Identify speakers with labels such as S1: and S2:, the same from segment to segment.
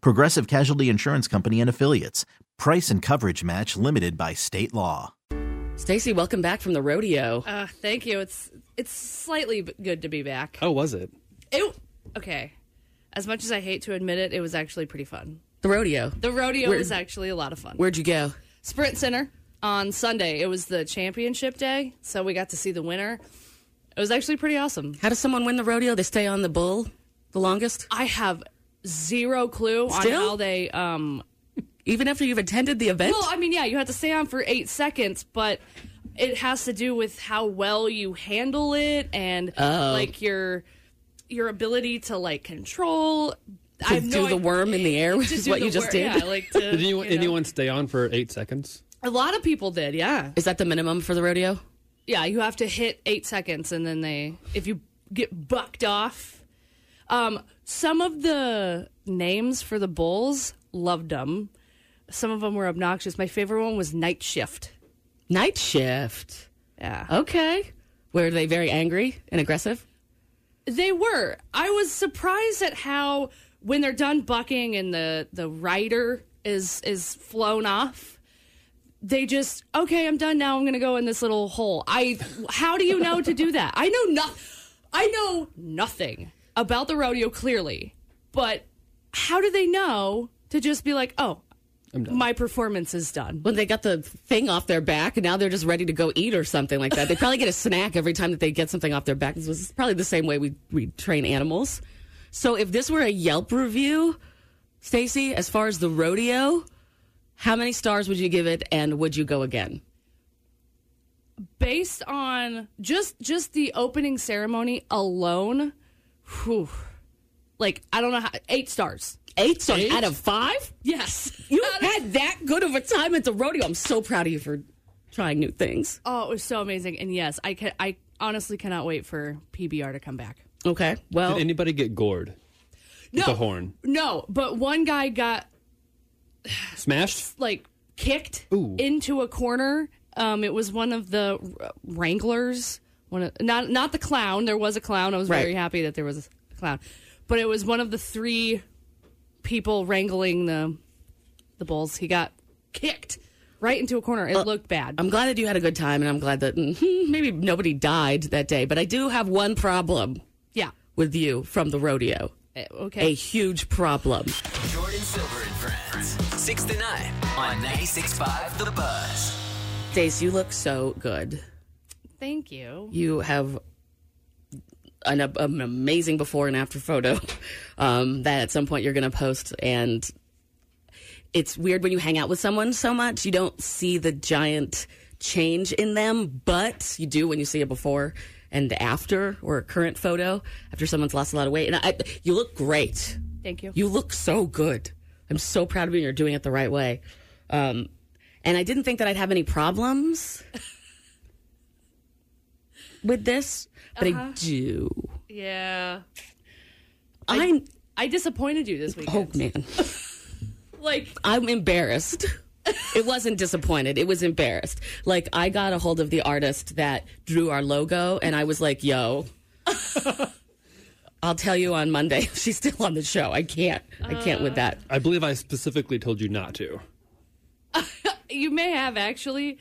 S1: Progressive Casualty Insurance Company and Affiliates. Price and coverage match limited by state law.
S2: Stacy, welcome back from the rodeo.
S3: Uh, thank you. It's it's slightly b- good to be back.
S4: Oh, was it?
S3: Ew. Okay. As much as I hate to admit it, it was actually pretty fun.
S2: The rodeo.
S3: The rodeo
S2: Where-
S3: was actually a lot of fun.
S2: Where'd you go?
S3: Sprint Center on Sunday. It was the championship day, so we got to see the winner. It was actually pretty awesome.
S2: How does someone win the rodeo? They stay on the bull the longest?
S3: I have zero clue
S2: Still?
S3: on how they um
S2: Even after you've attended the event?
S3: Well, I mean, yeah, you have to stay on for eight seconds, but it has to do with how well you handle it and
S2: Oh.
S3: like your your ability to like control. I have
S2: do
S3: no
S2: the
S3: idea-
S2: worm in the air, which
S3: to
S2: is
S3: do
S2: what
S3: the
S2: you just
S3: wor-
S2: did.
S3: Yeah, like to,
S4: Did anyone,
S3: you know.
S4: anyone stay on for eight seconds?
S3: A lot of people did. Yeah,
S2: Is that the minimum for the rodeo?
S3: yeah. You have to hit eight seconds, and then they if you get bucked off. Um, some of the names for the bulls loved them. Some of them were obnoxious. My favorite one was Night Shift.
S2: Night shift.
S3: Yeah.
S2: Oh, Okay. Were they very angry and aggressive?
S3: They were. I was surprised at how when they're done bucking and the the rider is is flown off, they just okay. I'm done now. I'm gonna go in this little hole. I. How do you know to do that? I know not. I know nothing about the rodeo clearly, but how do they know to just be like, oh, my performance is done?
S2: When they got the thing off their back and now they're just ready to go eat or something like that. They probably get a snack every time that they get something off their back. This was probably the same way we, we train animals. So if this were a Yelp review, Stacy, as far as the rodeo, how many stars would you give it and would you go again?
S3: based on just just the opening ceremony alone whew, like i don't know how eight stars
S2: Eight stars out of five?
S3: yes
S2: You had that good of a time at the rodeo. I'm so proud of you for trying new things.
S3: oh it was so amazing and yes i can i honestly cannot wait for pbr to come back
S2: Okay. Well,
S4: Did anybody get gored?
S3: no
S4: The horn
S3: no but one guy got
S4: smashed.
S3: like kicked into a corner um it was one of the r- wranglers one of not not the clown there was a clown i was very
S2: Right.
S3: happy that there was a clown but it was one of the three people wrangling the the bulls he got kicked right into a corner it looked bad
S2: Uh, I'm glad that you had a good time and I'm glad that mhm, maybe nobody died that day, but I do have one problem
S3: yeah
S2: with you from the rodeo.
S3: Eh,
S2: A
S3: okay
S2: huge problem.
S5: Jordan Silver and Friends. 6 to 9 on 96.5 The Buzz.
S2: Stace, you look so good.
S3: thank you
S2: You have an, an amazing before and after photo um, that at some point you're going to post. And it's weird when you hang out with someone so much, you don't see the giant change in them, but you do when you see a before and after or a current photo after someone's lost a lot of weight. And I, you look great.
S3: thank you
S2: You look so good. I'm so proud of you. You're doing it the right way. Um, and I didn't think that I'd have any problems with this, but
S3: Uh-huh.
S2: I do.
S3: yeah
S2: I'm,
S3: i disappointed you this weekend
S2: oh man,
S3: like
S2: I'm embarrassed. it wasn't disappointed, it was embarrassed. Like, I got a hold of the artist that drew our logo, and I was like, yo. I'll tell you on Monday if she's still on the show. I can't. I can't with that.
S4: I believe I specifically told you not to.
S3: You may have actually.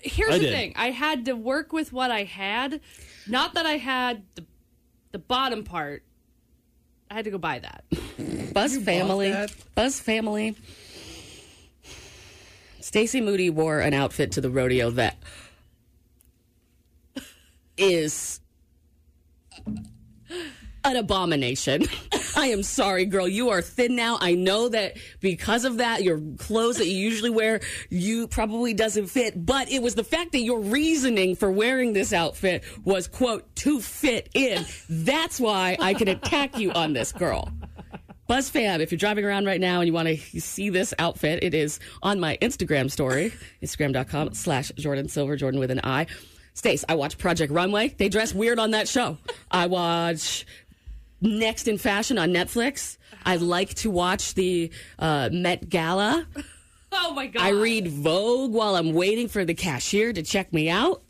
S3: Here's
S4: I
S3: the
S4: did.
S3: thing: I had to work with what I had. Not that I had the the bottom part. I had to go buy that.
S2: Buzz family. Buzz family. Stacy Moody wore an outfit to the rodeo that is an abomination. I am sorry, girl. You are thin now. I know that because of that, your clothes that you usually wear, you probably doesn't fit. But it was the fact that your reasoning for wearing this outfit was quote to fit in. That's why I can attack you on this, girl. BuzzFab, if you're driving around right now and you want to see this outfit, it is on my Instagram story, instagram.com slash Jordan Silver, Jordan with an I. Stace, I watch Project Runway. They dress weird on that show. I watch Next in Fashion on Netflix. I like to watch the uh, Met Gala.
S3: Oh my god!
S2: I read Vogue while I'm waiting for the cashier to check me out.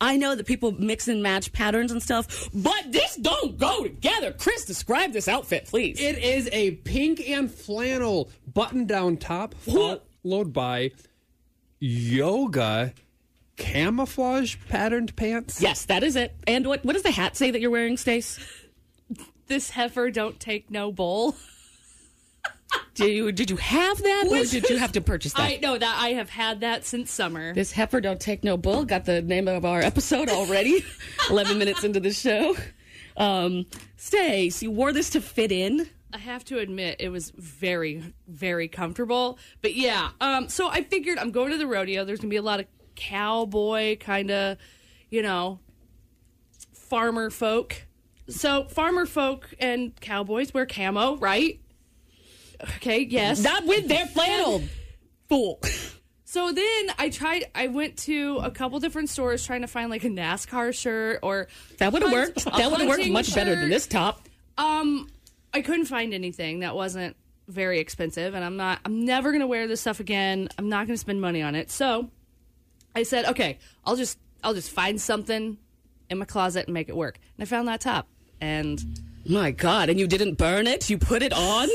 S2: I know that people mix and match patterns and stuff, but this don't go together. Chris, describe this outfit, please.
S4: It is a pink and flannel button down top followed by yoga camouflage patterned pants.
S2: Yes, that is it. And what what does the hat say that you're wearing, Stace?
S3: this heifer don't take no bowl.
S2: Do you, did you have that, or did you have to purchase that?
S3: I know that I have had that since summer.
S2: this heifer don't take no bull got the name of our episode already. Eleven minutes into the show, um, Stace, you wore this to fit in.
S3: I have to admit it was very very comfortable. But yeah, um so I figured I'm going to the rodeo. There's going to be a lot of cowboy kind of, you know, farmer folk. So farmer folk and cowboys wear camo, right? Okay, yes.
S2: Not with their flannel, fool.
S3: So then I tried I went to a couple different stores trying to find like a NASCAR shirt or
S2: That would have worked.
S3: A
S2: That would have worked
S3: hunting
S2: much better than
S3: shirt.
S2: this top.
S3: Um, I couldn't find anything that wasn't very expensive, and I'm not. I'm never gonna wear this stuff again. I'm not gonna spend money on it. So, I said, okay, I'll just I'll just find something in my closet and make it work. And I found that top, and
S2: My God! And you didn't burn it. You put it on,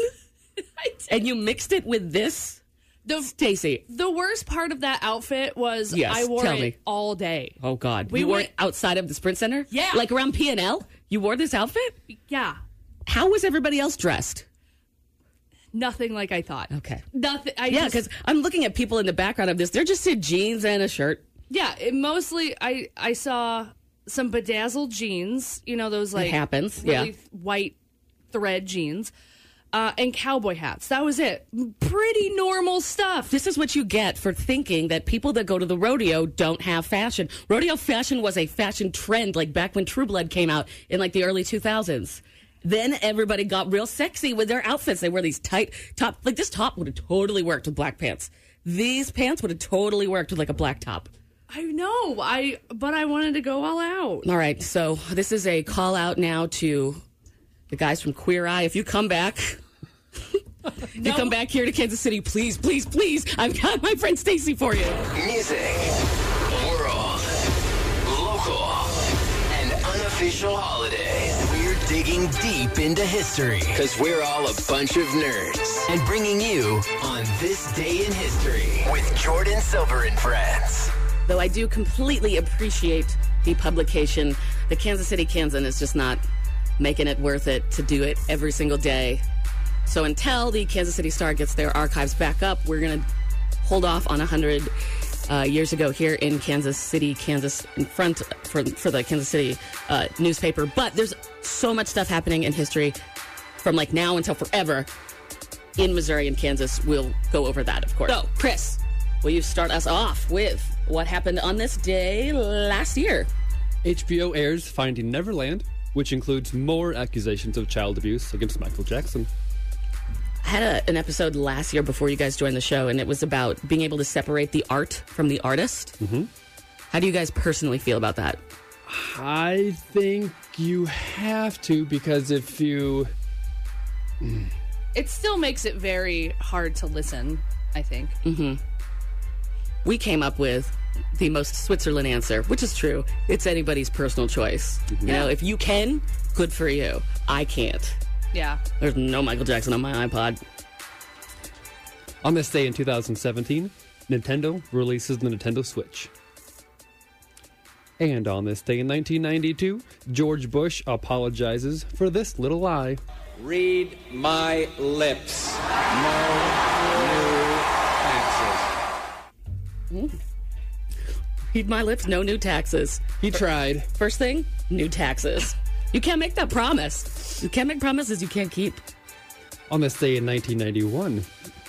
S2: and you mixed it with this,
S3: the
S2: Stacy.
S3: the worst part of that outfit was
S2: Yes,
S3: I wore
S2: tell
S3: it
S2: me.
S3: all day.
S2: Oh God!
S3: We
S2: you were
S3: went-
S2: outside of the Sprint Center.
S3: Yeah.
S2: like around P and L. You wore this outfit.
S3: Yeah,
S2: How was everybody else dressed?
S3: nothing like I thought.
S2: Okay.
S3: Nothing. I
S2: Yeah,
S3: just-
S2: because I'm looking at people in the background of this. They're just in jeans and a shirt.
S3: yeah, it mostly I I saw some bedazzled jeans. You know those like
S2: happens,
S3: really
S2: yeah.
S3: th- white thread jeans, uh, and cowboy hats. That was it. Pretty normal stuff.
S2: This is what you get for thinking that people that go to the rodeo don't have fashion. Rodeo fashion was a fashion trend, like back when True Blood came out in like the early 2000s. Then everybody got real sexy with their outfits. They wear these tight top. Like this top would have totally worked with black pants. These pants would have totally worked with like a black top.
S3: I know. I but I wanted to go all out.
S2: All right, so this is a call out now to the guys from Queer Eye. If you come back, if you come back here to Kansas City, please, please, please, I've got my friend Stacy for you.
S5: Music, world, local, and unofficial holiday. We're digging deep into history because we're all a bunch of nerds and bringing you on this day in history with Jordan Silver and friends.
S2: Though I do completely appreciate the publication, the Kansas City Kansan is just not making it worth it to do it every single day. So until the Kansas City Star gets their archives back up, we're going to hold off on 100 uh, years ago here in Kansas City, Kansas, in front for, for the Kansas City uh, newspaper. But there's so much stuff happening in history from like now until forever in Missouri and Kansas. We'll go over that, of course. So, Chris, will you start us off with what happened on this day last year?
S4: HBO airs Finding Neverland, which includes more accusations of child abuse against Michael Jackson.
S2: I had a, an episode last year before you guys joined the show, and it was about being able to separate the art from the artist. Mm-hmm. How do you guys personally feel about that?
S4: I think you have to because if you
S3: It still makes it very hard to listen. I think.
S2: We came up with the most Switzerland answer, which is true. It's anybody's personal choice. You know, if you can, good for you. I can't.
S3: Yeah.
S2: There's no Michael Jackson on my iPod.
S4: on this day in 2017, Nintendo releases the Nintendo Switch. And on this day in 1992, George Bush apologizes for this little lie.
S6: Read my lips. No new taxes.
S2: Read my lips, no new taxes.
S4: He tried.
S2: First thing, new taxes. You can't make that promise. You can't make promises you can't keep.
S4: On this day in 1991,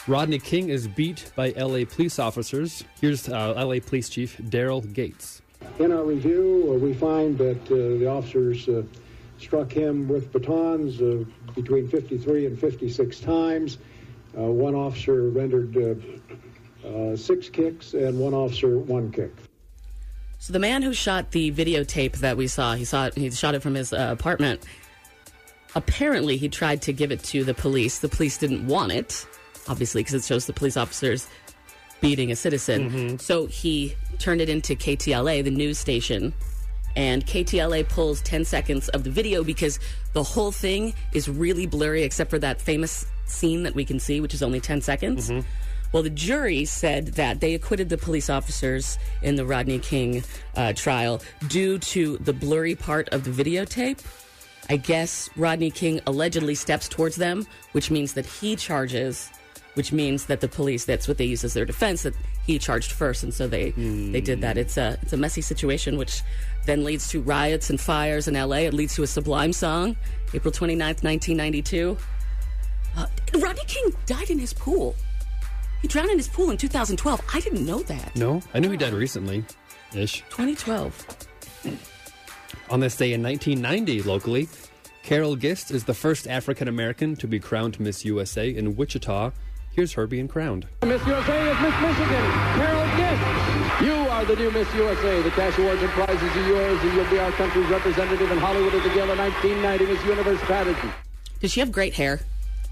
S4: Rodney King is beat by LA police officers. Here's uh, LA Police Chief Daryl Gates.
S7: In our review, uh, we find that uh, the officers uh, struck him with batons uh, between 53 and 56 times. Uh, one officer rendered uh, uh, six kicks, and one officer one kick.
S2: So the man who shot the videotape that we saw, he saw it, he shot it from his uh, apartment. Apparently, he tried to give it to the police. The police didn't want it, obviously, because it shows the police officers beating a citizen. So he turned it into KTLA, the news station. And KTLA pulls 10 seconds of the video because the whole thing is really blurry, except for that famous scene that we can see, which is only 10 seconds. Well, the jury said that they acquitted the police officers in the Rodney King uh, trial due to the blurry part of the videotape. I guess Rodney King allegedly steps towards them, which means that he charges, which means that the police, that's what they use as their defense, that he charged first. And so they, they did that. It's a, it's a messy situation, which then leads to riots and fires in LA. It leads to a sublime song, April 29th, 1992. Uh, Rodney King died in his pool. He drowned in his pool in 2012. I didn't know that.
S4: No, I knew he died recently ish.
S2: 2012.
S4: On this day in 1990, locally, Carol Gist is the first African American to be crowned Miss USA in Wichita. Here's her being crowned.
S8: Miss USA is Miss Michigan, Carol Gist. You are the new Miss USA. The cash awards and prizes are yours, and you'll be our country's representative in Hollywood at the Gala 1990 Miss Universe pageant.
S2: Does she have great hair?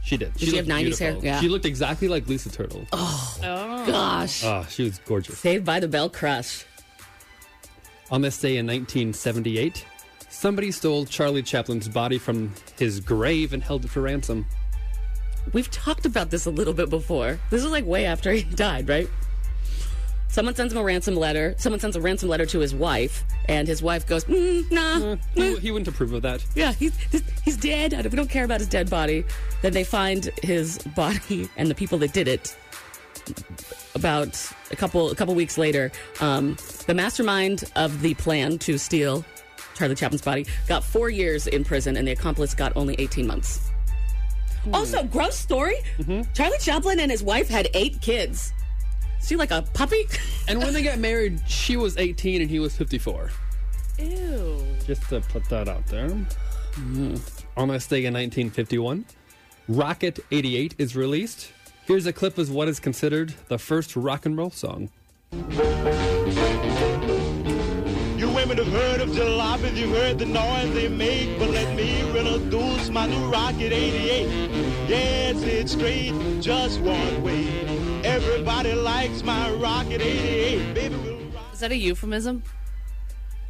S4: She did. Did
S2: she have 90s hair? Yeah.
S4: She looked exactly like Lisa Turtle. Oh,
S2: Gosh.
S4: she was gorgeous.
S2: Saved by the Bell crush.
S4: On this day in 1978, somebody stole Charlie Chaplin's body from his grave and held it for ransom.
S2: We've talked about this a little bit before. This is like way after he died, right? Someone sends him a ransom letter. Someone sends a ransom letter to his wife, and his wife goes, mm, "Nah,
S4: He, he wouldn't approve of that.
S2: yeah, he's he's dead. I don't, we don't care about his dead body." Then they find his body and the people that did it. About a couple a couple weeks later, um, the mastermind of the plan to steal Charlie Chaplin's body got four years in prison, and the accomplice got only eighteen months. Also, gross story. Charlie Chaplin and his wife had eight kids. Is she like a puppy?
S4: And when they got married, she was 18 and he was 54.
S3: Ew.
S4: Just to put that out there. On this day in 1951, Rocket 88 is released. Here's a clip of what is considered the first rock and roll song.
S9: You women have heard of jalopies, you've heard the noise they make, but let me introduce my new Rocket 88. Yes, it's straight, just one way. Everybody likes my Rocket 88, baby. We'll rock.
S3: Is that a euphemism?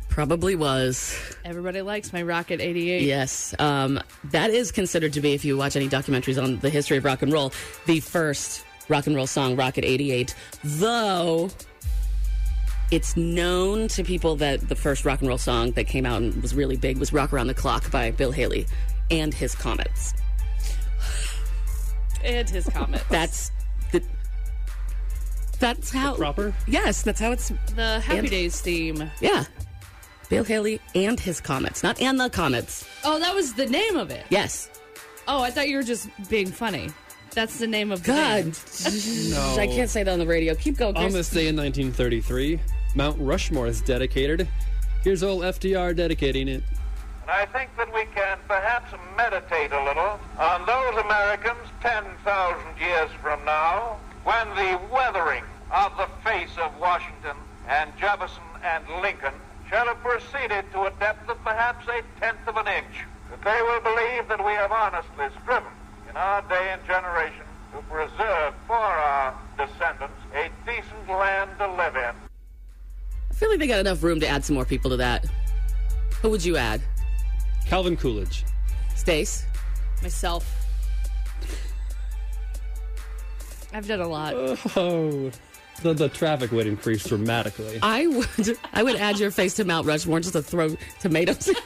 S2: Probably was.
S3: Everybody likes my Rocket 88.
S2: Yes. Um, that is considered to be, if you watch any documentaries on the history of rock and roll, the first rock and roll song, Rocket 88. Though it's known to people that the first rock and roll song that came out and was really big was Rock Around the Clock by Bill Haley and his Comets.
S3: And his comment.
S2: That's the. That's how.
S4: Proper?
S2: Yes, that's how it's.
S3: the Happy
S2: And-
S3: Days theme.
S2: Yeah. Bill Haley and his Comets, not and the Comets.
S3: Oh, that was the name of it.
S2: Yes.
S3: Oh, I thought you were just being funny. That's the name of the
S2: God.
S3: band.
S4: No.
S2: I can't say that on the radio. Keep going,
S4: Oh. On
S2: Chris.
S4: this day in 1933, Mount Rushmore is dedicated. Here's old FDR dedicating it.
S5: And I think that we can perhaps meditate a little on those Americans 10,000 years from now when the weathering of the face of Washington and Jefferson and Lincoln shall have proceeded to a depth of perhaps a tenth of an inch. That they will believe that we have honestly striven in our day and generation to preserve for our descendants a decent land to live in.
S2: I feel like they got enough room to add some more people to that. Who would you add?
S4: Calvin Coolidge.
S2: Stace?
S3: Myself. I've done a lot.
S4: Oh, the, the traffic would increase dramatically.
S2: I would I would add your face to Mount Rushmore just to throw tomatoes at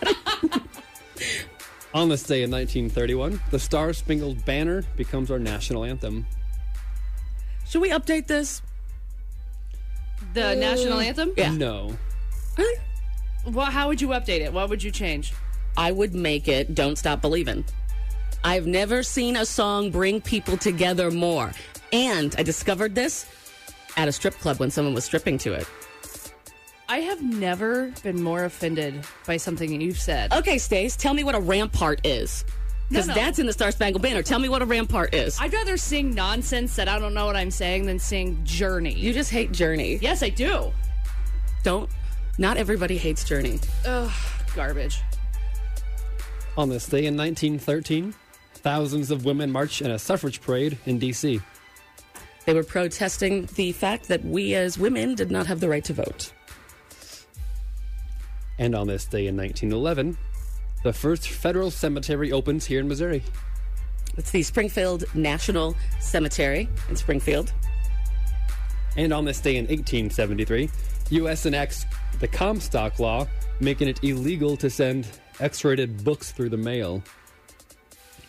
S2: it.
S4: On this day in 1931, the Star Spangled Banner becomes our national anthem.
S2: Should we update this?
S3: The national anthem?
S4: No.
S3: Well, how would you update it? What would you change?
S2: I would make it Don't Stop Believing. I've never seen a song bring people together more. And I discovered this at a strip club when someone was stripping to it.
S3: I have never been more offended by something that you've said.
S2: Okay, Stace, tell me what a rampart is. Because
S3: No, no.
S2: that's in the Star Spangled Banner. Tell me what a rampart is.
S3: I'd rather sing nonsense that I don't know what I'm saying than sing Journey.
S2: you just hate Journey.
S3: yes, I do.
S2: Don't. Not everybody hates Journey.
S3: Ugh, garbage.
S4: On this day in 1913, thousands of women marched in a suffrage parade in D.C.
S2: They were protesting the fact that we as women did not have the right to vote.
S4: And on this day in 1911, the first federal cemetery opens here in Missouri.
S2: It's the Springfield National Cemetery in Springfield.
S4: And on this day in 1873, U.S. enacts the Comstock Law, making it illegal to send X rated books through the mail.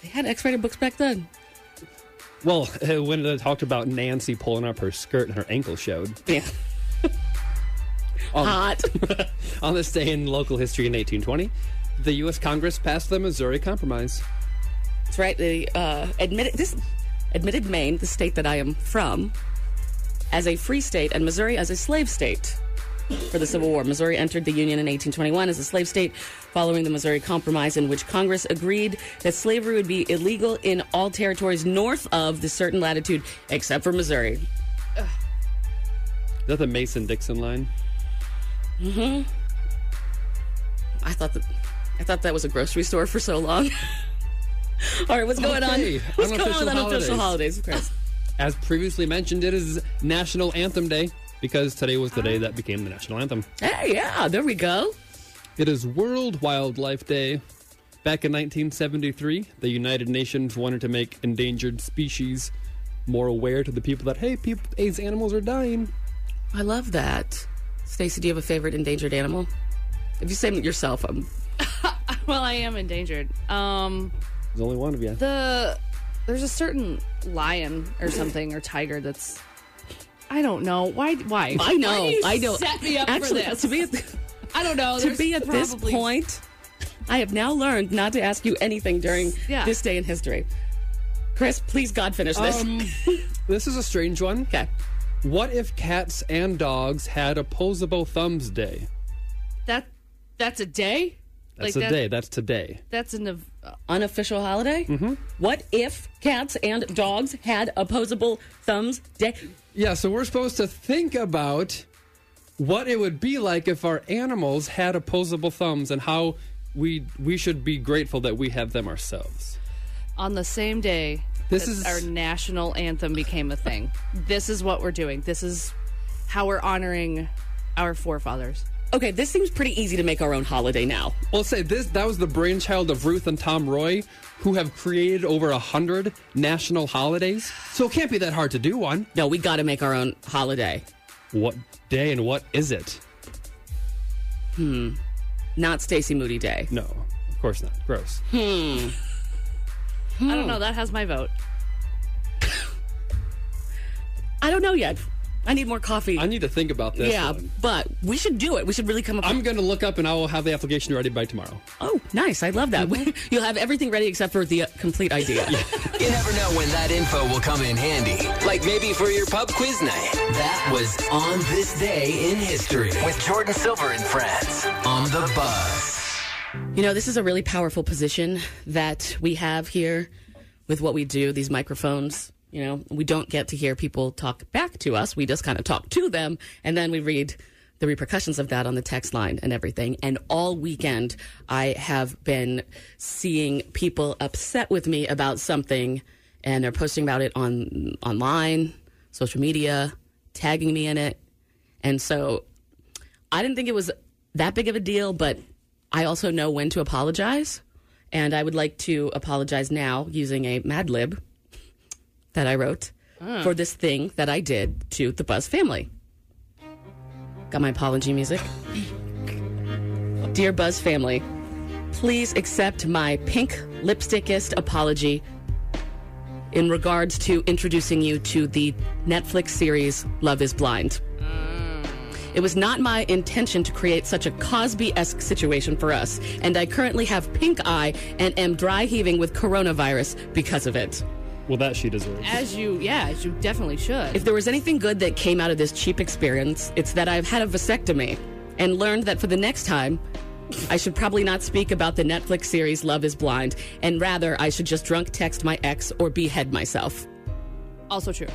S2: They had X rated books back then.
S4: Well, uh, when they talked about Nancy pulling up her skirt and her ankle showed.
S2: Yeah. Hot.
S4: On this day in local history in 1820, the U.S. Congress passed the Missouri Compromise.
S2: That's right. The uh, admitted this admitted Maine, the state that I am from, as a free state, and Missouri as a slave state for the Civil War. Missouri entered the Union in 1821 as a slave state, following the Missouri Compromise, in which Congress agreed that slavery would be illegal in all territories north of the certain latitude, except for Missouri.
S4: Is that the Mason Dixon line?
S2: I thought that I thought that was a grocery store for so long. all right, what's going
S4: Okay,
S2: on? What's going on
S4: unofficial
S2: with unofficial holidays? Of course.
S4: As previously mentioned, it is National Anthem Day because today was the day that became the national anthem.
S2: Hey, yeah, there we go.
S4: It is World Wildlife Day. Back in 1973, the United Nations wanted to make endangered species more aware to the people that hey, people, these animals are dying.
S2: I love that. Stacy, do you have a favorite endangered animal? If you say it yourself, um,
S3: Well, I am endangered. Um,
S4: There's only one of you.
S3: the there's a certain lion or something or tiger that's I don't know why. Why?
S2: I know.
S3: Why do you
S2: I know.
S3: Set me up
S2: Actually,
S3: for this.
S2: to be at, to
S3: I don't know. there's
S2: be at this
S3: probably-
S2: point, I have now learned not to ask you anything during
S3: Yeah.
S2: this day in history. Chris, please God finish this.
S4: Um, this is a strange one.
S2: okay.
S4: What if cats and dogs had opposable thumbs day?
S3: that that's a day. like
S4: That's a
S3: that,
S4: day. That's today.
S3: That's uh, an ev-
S2: Unofficial holiday? Mm-hmm. What if cats and dogs had opposable thumbs day?
S4: Yeah, so we're supposed to think about what it would be like if our animals had opposable thumbs and how we we should be grateful that we have them ourselves.
S3: on the same day.
S4: This
S3: that
S4: is-
S3: our national anthem became a thing. this is what we're doing. This is how we're honoring our forefathers.
S2: Okay, this seems pretty easy to make our own holiday now.
S4: We'll say this that was the brainchild of Ruth and Tom Roy, who have created over a hundred national holidays. So it can't be that hard to do one.
S2: No, we got to make our own holiday.
S4: What day and what is it?
S2: Not Stacy Moody Day.
S4: No, of course not. Gross.
S3: I don't know. That has my vote.
S2: I don't know yet. I need more coffee.
S4: I need to think about this.
S2: yeah,
S4: one.
S2: but we should do it. We should really come up.
S4: I'm going to look up and I will have the application ready by tomorrow.
S2: Oh, nice. I love that. You'll have everything ready except for the uh, complete idea.
S5: You never know when that info will come in handy. Like maybe for your pub quiz night. That was On This Day in History with Jordan Silver and friends on the bus.
S2: You know, this is a really powerful position that we have here with what we do, these microphones. You know, we don't get to hear people talk back to us. We just kind of talk to them and then we read the repercussions of that on the text line and everything. And all weekend, I have been seeing people upset with me about something and they're posting about it on online, social media, tagging me in it. And so I didn't think it was that big of a deal, but I also know when to apologize. And I would like to apologize now using a Mad Lib that I wrote for this thing that I did to the Buzz family. Got my apology music. Dear Buzz family, please accept my pink lipstickist apology in regards to introducing you to the Netflix series Love is Blind. It was not my intention to create such a Cosby esque situation for us, and I currently have pink eye and am dry heaving with coronavirus because of it.
S4: Well, that she deserves.
S3: As you, yeah, as you definitely should.
S2: If there was anything good that came out of this cheap experience, it's that I've had a vasectomy and learned that for the next time, I should probably not speak about the Netflix series Love is Blind, and rather I should just drunk text my ex or behead myself.
S3: also true.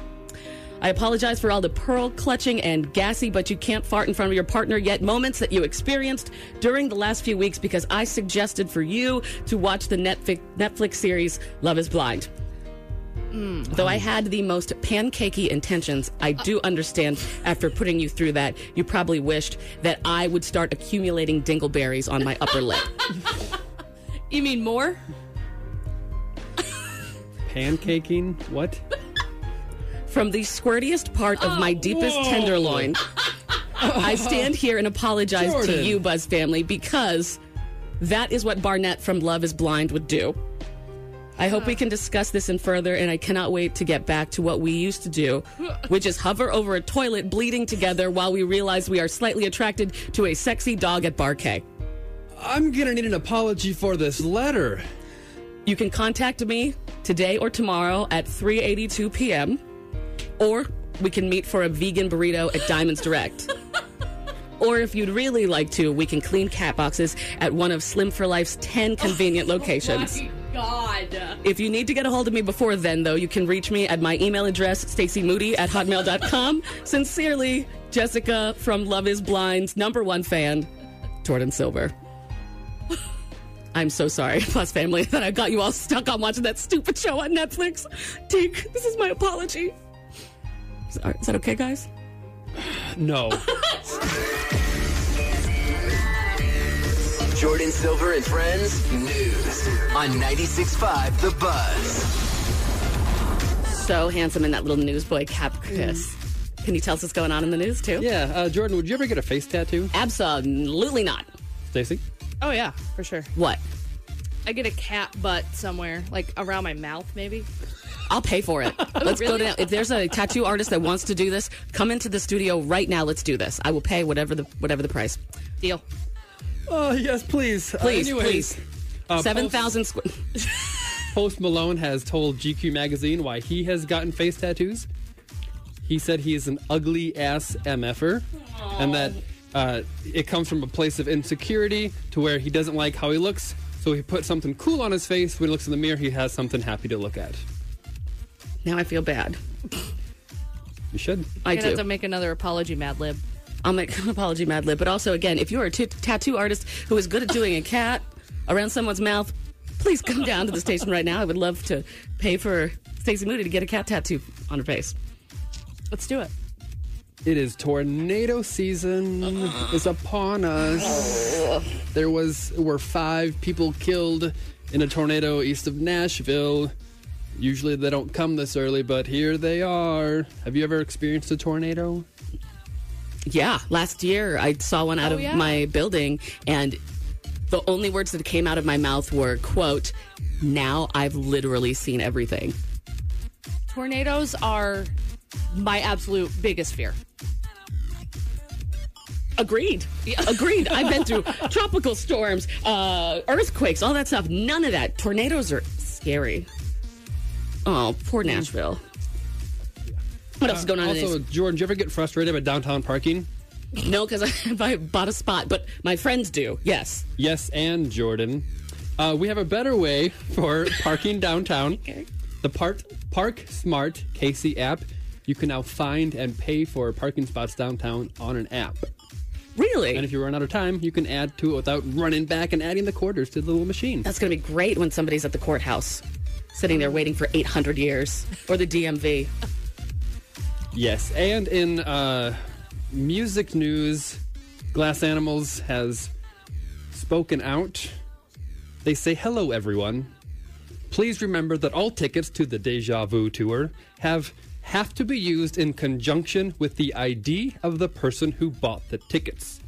S2: I apologize for all the pearl clutching and gassy, but you can't fart in front of your partner yet moments that you experienced during the last few weeks because I suggested for you to watch the Netflix, Netflix series Love is Blind. Though I had the most pancakey intentions, I do understand after putting you through that, you probably wished that I would start accumulating dingleberries on my upper lip.
S3: You mean more?
S4: Pancaking? What?
S2: From the squirtiest part of my deepest tenderloin, I stand here and apologize to
S4: Jordan.
S2: you, Buzz family, because that is what Barnett from Love is Blind would do. I hope we can discuss this in further, and I cannot wait to get back to what we used to do, which is hover over a toilet bleeding together while we realize we are slightly attracted to a sexy dog at Bar K.
S4: I'm gonna need an apology for this letter.
S2: You can contact me today or tomorrow at 3:82 p.m. or we can meet for a vegan burrito at Diamonds Direct. or if you'd really like to, we can clean cat boxes at one of Slim for Life's 10 convenient locations.
S3: God.
S2: If you need to get a hold of me before then, though, you can reach me at my email address, stacymoody at hotmail.com. Sincerely, Jessica from Love is Blind's number one fan, Jordan Silver. I'm so sorry, Plus Family, that I got you all stuck on watching that stupid show on Netflix. Take, this is my apology. Is are- is that okay, guys?
S4: No.
S5: Jordan Silver and Friends News on 96.5 The Buzz.
S2: So handsome in that little newsboy cap, Chris. Can you tell us what's going on in the news, too?
S4: yeah, uh, Jordan, would you ever get a face tattoo?
S2: Absolutely not.
S4: Stacy?
S3: Oh yeah, for sure.
S2: What?
S3: I get a cat butt somewhere, like around my mouth, maybe.
S2: I'll pay for it.
S3: Oh,
S2: Let's go down. If there's a tattoo artist that wants to do this, come into the studio right now. Let's do this. I will pay whatever the whatever the price.
S3: Deal.
S4: Oh, yes, please. Uh,
S2: Please,
S4: anyways,
S2: please.
S4: uh,
S2: Seven
S4: Post-
S2: thousand. Squ-
S4: Post Malone has told GQ magazine why he has gotten face tattoos. He said he is an ugly ass mf'er, and that uh, it comes from a place of insecurity to where he doesn't like how he looks. So he put something cool on his face. When he looks in the mirror, he has something happy to look at.
S2: now I feel bad.
S4: You should.
S2: I
S3: Gonna have to
S2: do.
S3: make another apology, Mad Lib.
S2: I'll make an apology, Mad Lib. But also, again, if you are a t- tattoo artist who is good at doing a cat around someone's mouth, please come down to the station right now. I would love to pay for Stacey Moody to get a cat tattoo on her face.
S3: Let's do it.
S4: It is tornado season. is upon us. There was were five people killed in a tornado east of Nashville. Usually they don't come this early, but here they are. Have you ever experienced a tornado?
S2: Yeah, last year I saw one out of
S3: Oh, yeah.
S2: my building, and the only words that came out of my mouth were, "quote Now I've literally seen everything."
S3: Tornadoes are my absolute biggest fear.
S2: Agreed. Agreed. I've been through tropical storms, uh, earthquakes, all that stuff. None of that. Tornadoes are scary. Oh, poor Nashville. What else is going on? in
S4: Uh, Also,
S2: this?
S4: Jordan, do you ever get frustrated by downtown parking?
S2: no, because I, I bought a spot, but my friends do. Yes.
S4: Yes, and Jordan. Uh, we have a better way for parking downtown. The Park, Park Smart KC app. You can now find and pay for parking spots downtown on an app.
S2: Really?
S4: And if you run out of time, you can add to it without running back and adding the quarters to the little machine.
S2: That's going to be great when somebody's at the courthouse, sitting there waiting for 800 years, or the DMV.
S4: Yes. And in uh, music news, Glass Animals has spoken out. They say, Hello, everyone. Please remember that all tickets to the Deja Vu tour have have to be used in conjunction with the ID of the person who bought the tickets.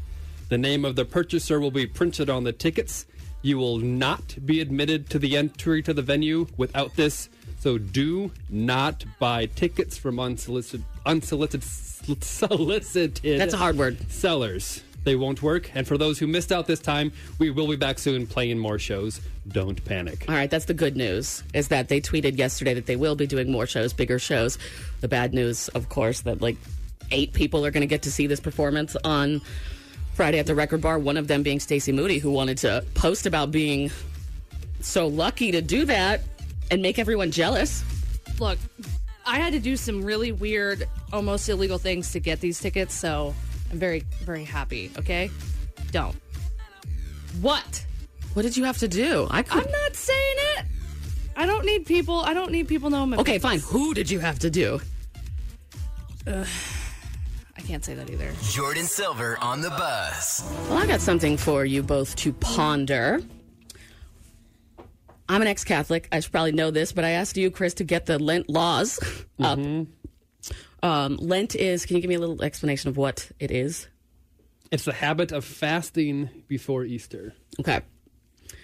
S4: The name of the purchaser will be printed on the tickets. You will not be admitted to the entry to the venue without this. So do not buy tickets from unsolicited unsolicited s- solicited.
S2: That's a hard word.
S4: Sellers. They won't work. And for those who missed out this time, we will be back soon playing more shows. Don't panic.
S2: All right, that's the good news is that they tweeted yesterday that they will be doing more shows, bigger shows. The bad news, of course, that like eight people are going to get to see this performance on Friday at the Record Bar. One of them being Stacey Moody, who wanted to post about being so lucky to do that and make everyone jealous.
S3: Look, I had to do some really weird, almost illegal things to get these tickets, so I'm very, very happy, okay? Don't. What?
S2: What did you have to do? I could.
S3: I'm not saying it. I don't need people. I don't need people knowing my
S2: Okay,
S3: business.
S2: fine. Who did you have to do?
S3: I can't say that either.
S5: Jordan Silver on the bus.
S2: Well, I got something for you both to ponder. I'm an ex Catholic. I should probably know this, but I asked you, Chris, to get the Lent laws up.
S3: Mm-hmm.
S2: Um, Lent is, can you give me a little explanation of what it is?
S4: It's the habit of fasting before Easter.
S2: Okay.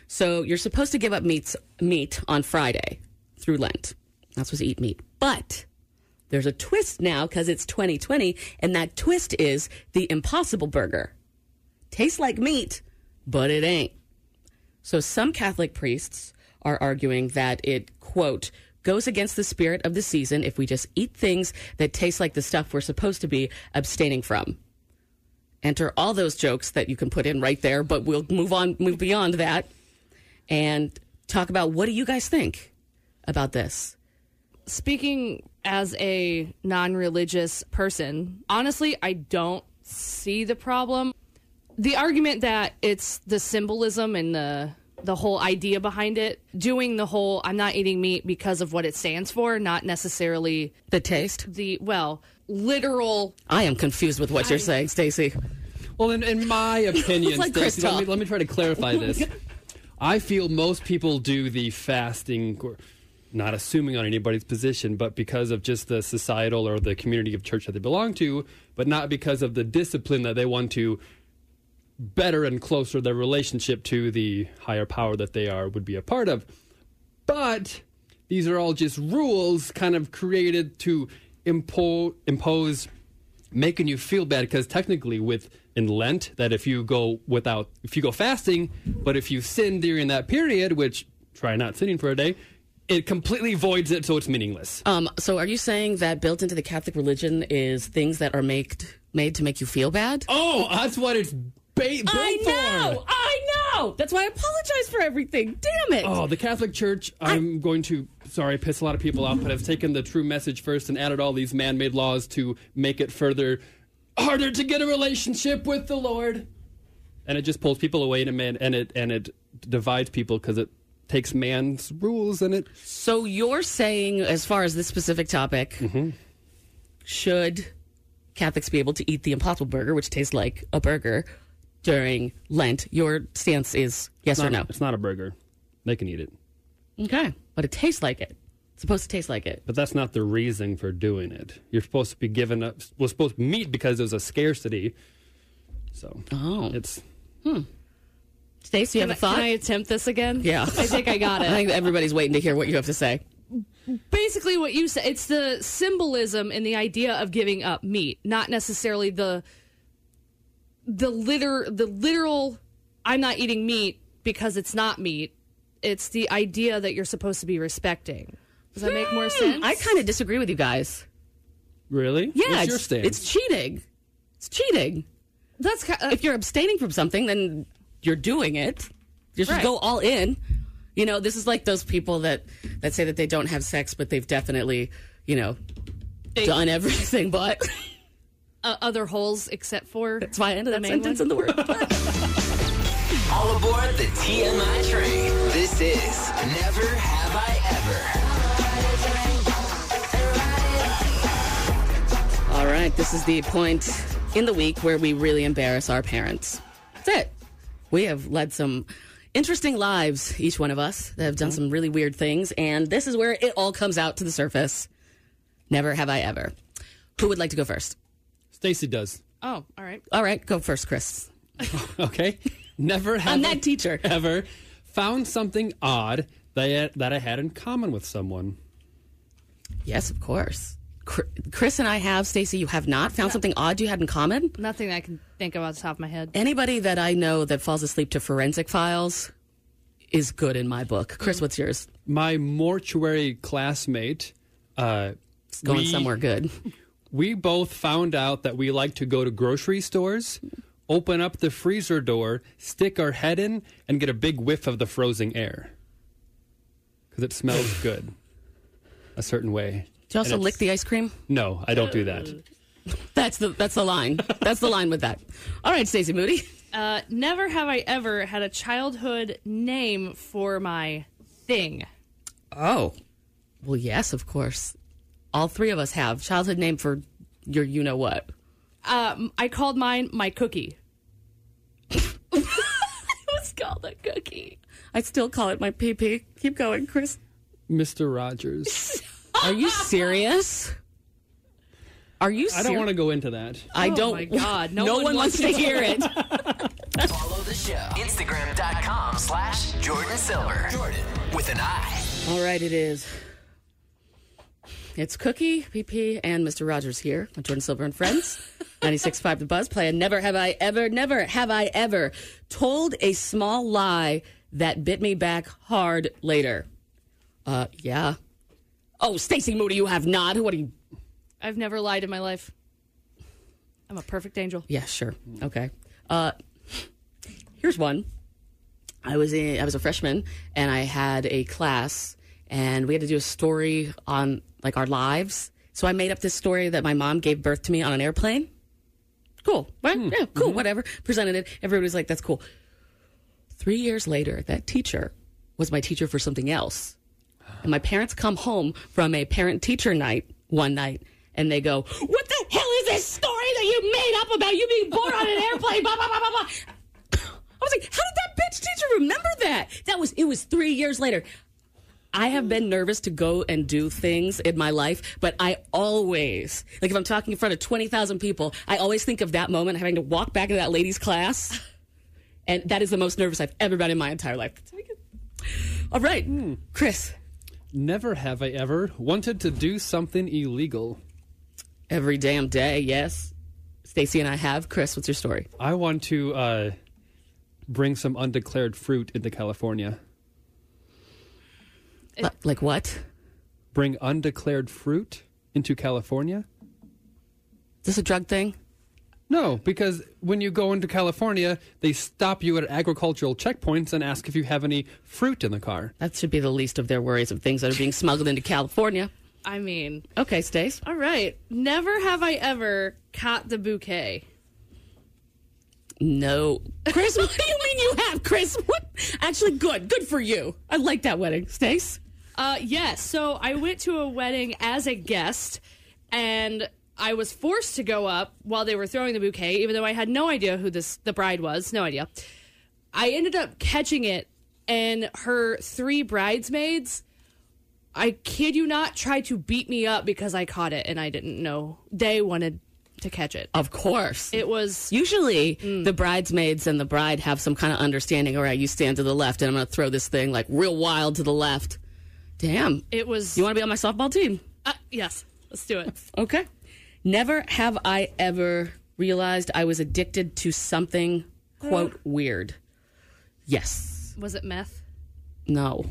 S2: So you're supposed to give up meats, meat on Friday through Lent. Not supposed to eat meat. But there's a twist now because it's 2020, and that twist is the impossible burger. Tastes like meat, but it ain't. So some Catholic priests are arguing that it, quote, goes against the spirit of the season if we just eat things that taste like the stuff we're supposed to be abstaining from enter all those jokes that you can put in right there but we'll move on move beyond that and talk about what do you guys think about this
S3: Speaking as a non religious person, honestly, I don't see the problem. The argument that it's the symbolism and the the whole idea behind it, doing the whole I'm not eating meat because of what it stands for, not necessarily
S2: the taste
S3: the well, literal
S2: i am confused with what you're saying stacy
S4: Well, in, in my opinion,
S2: Like
S4: Stacey, let, me,
S2: Kristoff.
S4: let me try to clarify this. I feel most people do the fasting, or- not assuming on anybody's position, but because of just the societal or the community of church that they belong to, but not because of the discipline that they want to better and closer their relationship to the higher power that they are would be a part of. But these are all just rules kind of created to impo- impose making you feel bad because technically with in Lent that if you go without if you go fasting, but if you sin during that period, which try not sinning for a day, it completely voids it so it's meaningless.
S2: um, so are you saying that built into the catholic religion is things that are made made to make you feel bad
S4: Oh, that's what it's ba- built
S2: i
S4: for.
S2: know i know that's why i apologize for everything damn it
S4: Oh, the Catholic Church, I'm going to, sorry, piss a lot of people off, but I've taken the true message first and added all these man made laws to make it further harder to get a relationship with the Lord. And it just pulls people away and it, and it, and it divides people because it takes man's rules and it.
S2: so you're saying as far as this specific topic should Catholics be able to eat the Impossible Burger, which tastes like a burger, during Lent? Your stance is yes or
S4: not-
S2: no.
S4: It's not a burger. They can eat it.
S2: Okay, but it tastes like it. It's supposed to taste like it.
S4: But that's not the reason for doing it. You're supposed to be given up, well, supposed to meet because there's a scarcity. So
S2: Oh,
S4: it's.
S2: Stace, you have
S3: can
S2: a
S3: I,
S2: thought?
S3: can I attempt this again?
S2: yeah,
S3: I think I got it.
S2: I think everybody's waiting to hear what you have to say.
S3: basically what you said it's the symbolism and the idea of giving up meat not necessarily the the liter the literal i'm not eating meat because it's not meat it's the idea that you're supposed to be respecting does that make more sense
S2: I kind of disagree with you guys.
S4: Really?
S2: Yeah,
S4: What's
S2: it's,
S4: your stance?
S2: it's cheating. It's cheating.
S3: that's ki- uh,
S2: if you're abstaining from something, then you're doing it. You should
S3: Right.
S2: go all in. You know, this is like those people that that say that they don't have sex, but they've definitely, you know, done everything. But
S3: uh, other holes except for
S2: that's why I ended
S3: The
S2: that
S3: main
S2: sentence in the word.
S5: All aboard the TMI train. This is Never Have I Ever.
S2: all right, this is the point in the week where we really embarrass our parents. That's it. We have led some interesting lives, each one of us, that have done some really weird things, and this is where it all comes out to the surface. Never have I ever. Who would like to go first?
S4: Stacy does.
S3: oh all right
S2: All right, go first, Chris.
S4: Okay. Never have
S2: I'm
S4: I
S2: that teacher.
S4: ever found something odd that I, that I had in common with someone.
S2: Yes, of course. Chr- Chris and I have, Stacy, you have not found something odd you had in common?
S3: Nothing I can think of off the top of my head.
S2: Anybody that I know that falls asleep to forensic files is good in my book. Chris, what's yours?
S4: My mortuary classmate. Uh, it's
S2: going somewhere good.
S4: We both found out that we like to go to grocery stores, open up the freezer door, stick our head in, and get a big whiff of the frozen air. Because it smells good a certain way.
S2: Do you also
S4: And
S2: lick
S4: it's-
S2: the ice cream?
S4: No, I don't do
S2: Uh.
S4: that.
S2: That's the that's the line. That's the line with that. All right, Stacey Moody.
S3: Uh, never have I ever had a childhood name for my thing.
S2: Oh, well, yes, of course. All three of us have childhood name for your you know what.
S3: Um, I called mine my cookie.
S2: It was called a cookie. I still call it my pee pee. Keep going, Chris.
S4: Mr. Rogers.
S2: Are you serious? Are you?
S4: I don't want to go into that.
S2: I
S3: Oh
S2: don't.
S3: my God, no
S2: no
S3: one
S2: one,
S3: wants
S2: wants to
S3: to
S2: hear it.
S5: Follow the show. Instagram.com slash Jordan Silver. Jordan with an I.
S2: All right, it is. It's Cookie, PP, and Mr. Rogers here with Jordan Silver and Friends. 96.5 The Buzz Play. And never have I ever, never have I ever told a small lie that bit me back hard later. Uh, yeah. Oh, Stacey Moody, you have not. What do you?
S3: I've never lied in my life. I'm a perfect angel.
S2: Yeah, sure. Okay. Uh, here's one. I was a, I was a freshman and I had a class and we had to do a story on like our lives. So I made up this story that my mom gave birth to me on an airplane. Cool, right? Yeah, cool, whatever. Presented it. Everybody was like, "That's cool." Three years later, that teacher was my teacher for something else. And my parents come home from a parent teacher night one night and they go, What the hell is this story that you made up about you being born on an airplane? Blah, blah, blah, blah, blah. I was like, How did that bitch teacher remember that? That was, it was three years later. I have been nervous to go and do things in my life, but I always, like if I'm talking in front of 20,000 people, I always think of that moment having to walk back into that lady's class. And that is the most nervous I've ever been in my entire life. All right, Chris.
S4: Never have I ever wanted to do something illegal.
S2: Every damn day, yes. Stacy and I have. Chris, what's your story?
S4: I want to uh, bring some undeclared fruit into California.
S2: Li- like what?
S4: Bring undeclared fruit into California?
S2: Is this a drug thing?
S4: No, because when you go into California, they stop you at agricultural checkpoints and ask if you have any fruit in the car.
S2: That should be the least of their worries of things that are being smuggled into California.
S3: I mean,
S2: Okay, Stace.
S3: all right. Never have I ever caught the bouquet.
S2: No. Chris, what do you mean you have, Chris? What? Actually, good. Good for you. I like that wedding. Stace?
S3: Uh, yes. So I went to a wedding as a guest, and I was forced to go up while they were throwing the bouquet, even though I had no idea who this the bride was. No idea. I ended up catching it, and her three bridesmaids. I kid you not, tried to beat me up because I caught it and I didn't know they wanted to catch it.
S2: Of course.
S3: It was
S2: Usually, the bridesmaids and the bride have some kind of understanding. All right, you stand to the left, and I'm going to throw this thing like real wild to the left. Damn.
S3: it was
S2: You want to be on my softball team?
S3: uh, yes. Let's do it.
S2: Okay. Never have I ever realized I was addicted to something, quote, weird. Yes.
S3: Was it meth?
S2: No.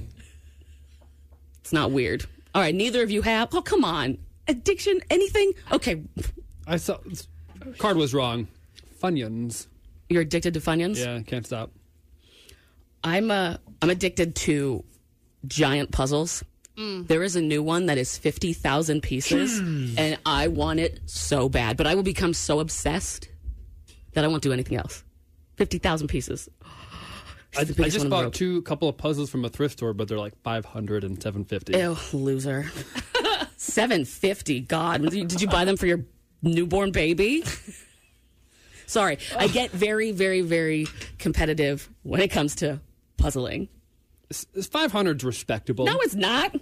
S2: It's not weird. All right. Neither of you have. Oh, come on. Addiction, anything? Okay.
S4: I saw. Card was wrong. Funyuns.
S2: You're addicted to Funyuns?
S4: Yeah, can't stop.
S2: I'm uh, I'm addicted to giant puzzles. There is a new one that is fifty thousand pieces, and I want it so bad. But I will become so obsessed that I won't do anything else. Fifty thousand pieces. It's
S4: I,
S2: the
S4: I
S2: biggest
S4: just
S2: one in
S4: bought two couple of puzzles from a thrift store, but they're like 500 and 750.
S2: the world. Ew, loser. Seven fifty. God, did you- did you buy them for your newborn baby? Sorry, I get very, very, very competitive when it comes to puzzling.
S4: S- s- 500's respectable.
S2: No, it's not.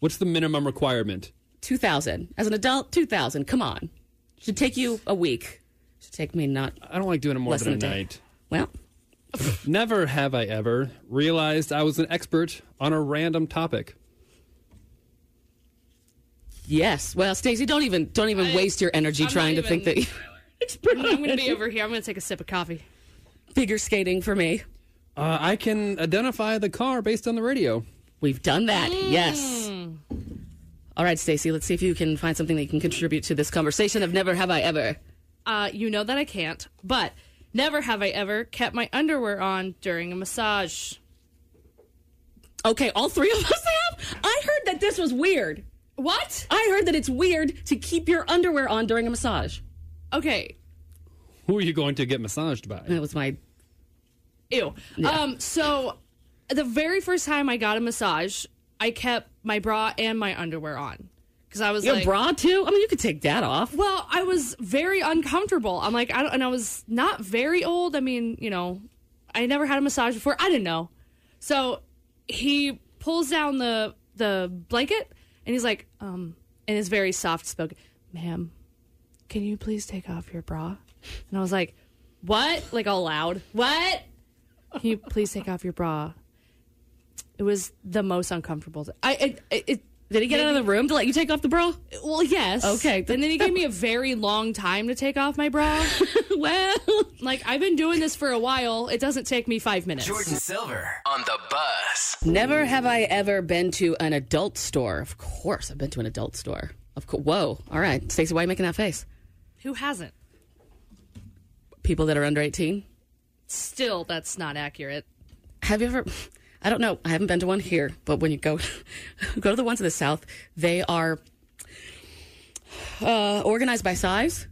S4: What's the minimum requirement?
S2: 2000 as an adult 2000 come on should take you a week should take me not
S4: I don't like doing it more
S2: less
S4: than
S2: than
S4: a
S2: a day
S4: night.
S2: well
S4: Never have I ever realized I was an expert on a random topic.
S2: Yes. Well, Stacey, don't even don't even waste your energy
S3: I'm
S2: trying
S3: not
S2: to think that
S3: even-
S2: expert
S3: I'm going to be over here. I'm going to take a sip of coffee.
S2: figure skating for me.
S4: Uh, I can identify the car based on the radio.
S2: We've done that. Yes. All right, Stacey, let's see if you can find something that you can contribute to this conversation of never have I ever.
S3: Uh, you know that I can't, but never have I ever kept my underwear on during a massage.
S2: Okay, all three of us have? I heard that this was weird.
S3: What?
S2: I heard that it's weird to keep your underwear on during a massage.
S3: Okay.
S4: Who are you going to get massaged by?
S2: That was my
S3: Ew. Um, so the very first time I got a massage, I kept my bra and my underwear on because I was
S2: your
S3: like,
S2: bra too? I mean, you could take that off.
S3: well, I was very uncomfortable. I'm like, I don't, and I was not very old. I mean, you know, I never had a massage before. I didn't know. So he pulls down the the blanket and he's like, um, and is very soft spoken, ma'am, can you please take off your bra? And I was like, what? Like all loud, what? Can you please take off your bra? It was the most uncomfortable. I it, it, it
S2: Did he get out of the room to let you take off the bra?
S3: well, yes.
S2: Okay.
S3: And then he gave me a very long time to take off my bra.
S2: well,
S3: like, I've been doing this for a while. It doesn't take me five minutes.
S5: Jordan Silver on the bus.
S2: never have I ever been to an adult store. Of course, I've been to an adult store. Of course. Whoa. All right, Stacey, why are you making that face?
S3: Who hasn't?
S2: People that are under 18?
S3: Still, that's not accurate.
S2: Have you ever? I don't know. I haven't been to one here, but when you go go to the ones in the south, they are uh, organized by size,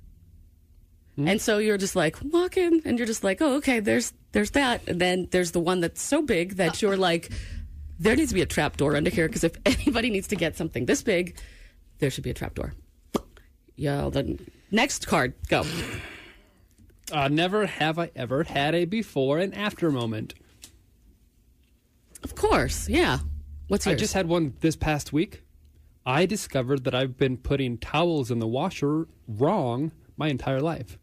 S2: and so you're just like walking, and you're just like, oh, okay, there's there's that, and then there's the one that's so big that you're like, there needs to be a trap door under here because if anybody needs to get something this big, there should be a trap door. Yeah. The next card, go.
S4: Uh, never have I ever had a before and after moment.
S2: Of course, yeah. What's
S4: I
S2: yours?
S4: just had one this past week. I discovered that I've been putting towels in the washer wrong my entire life.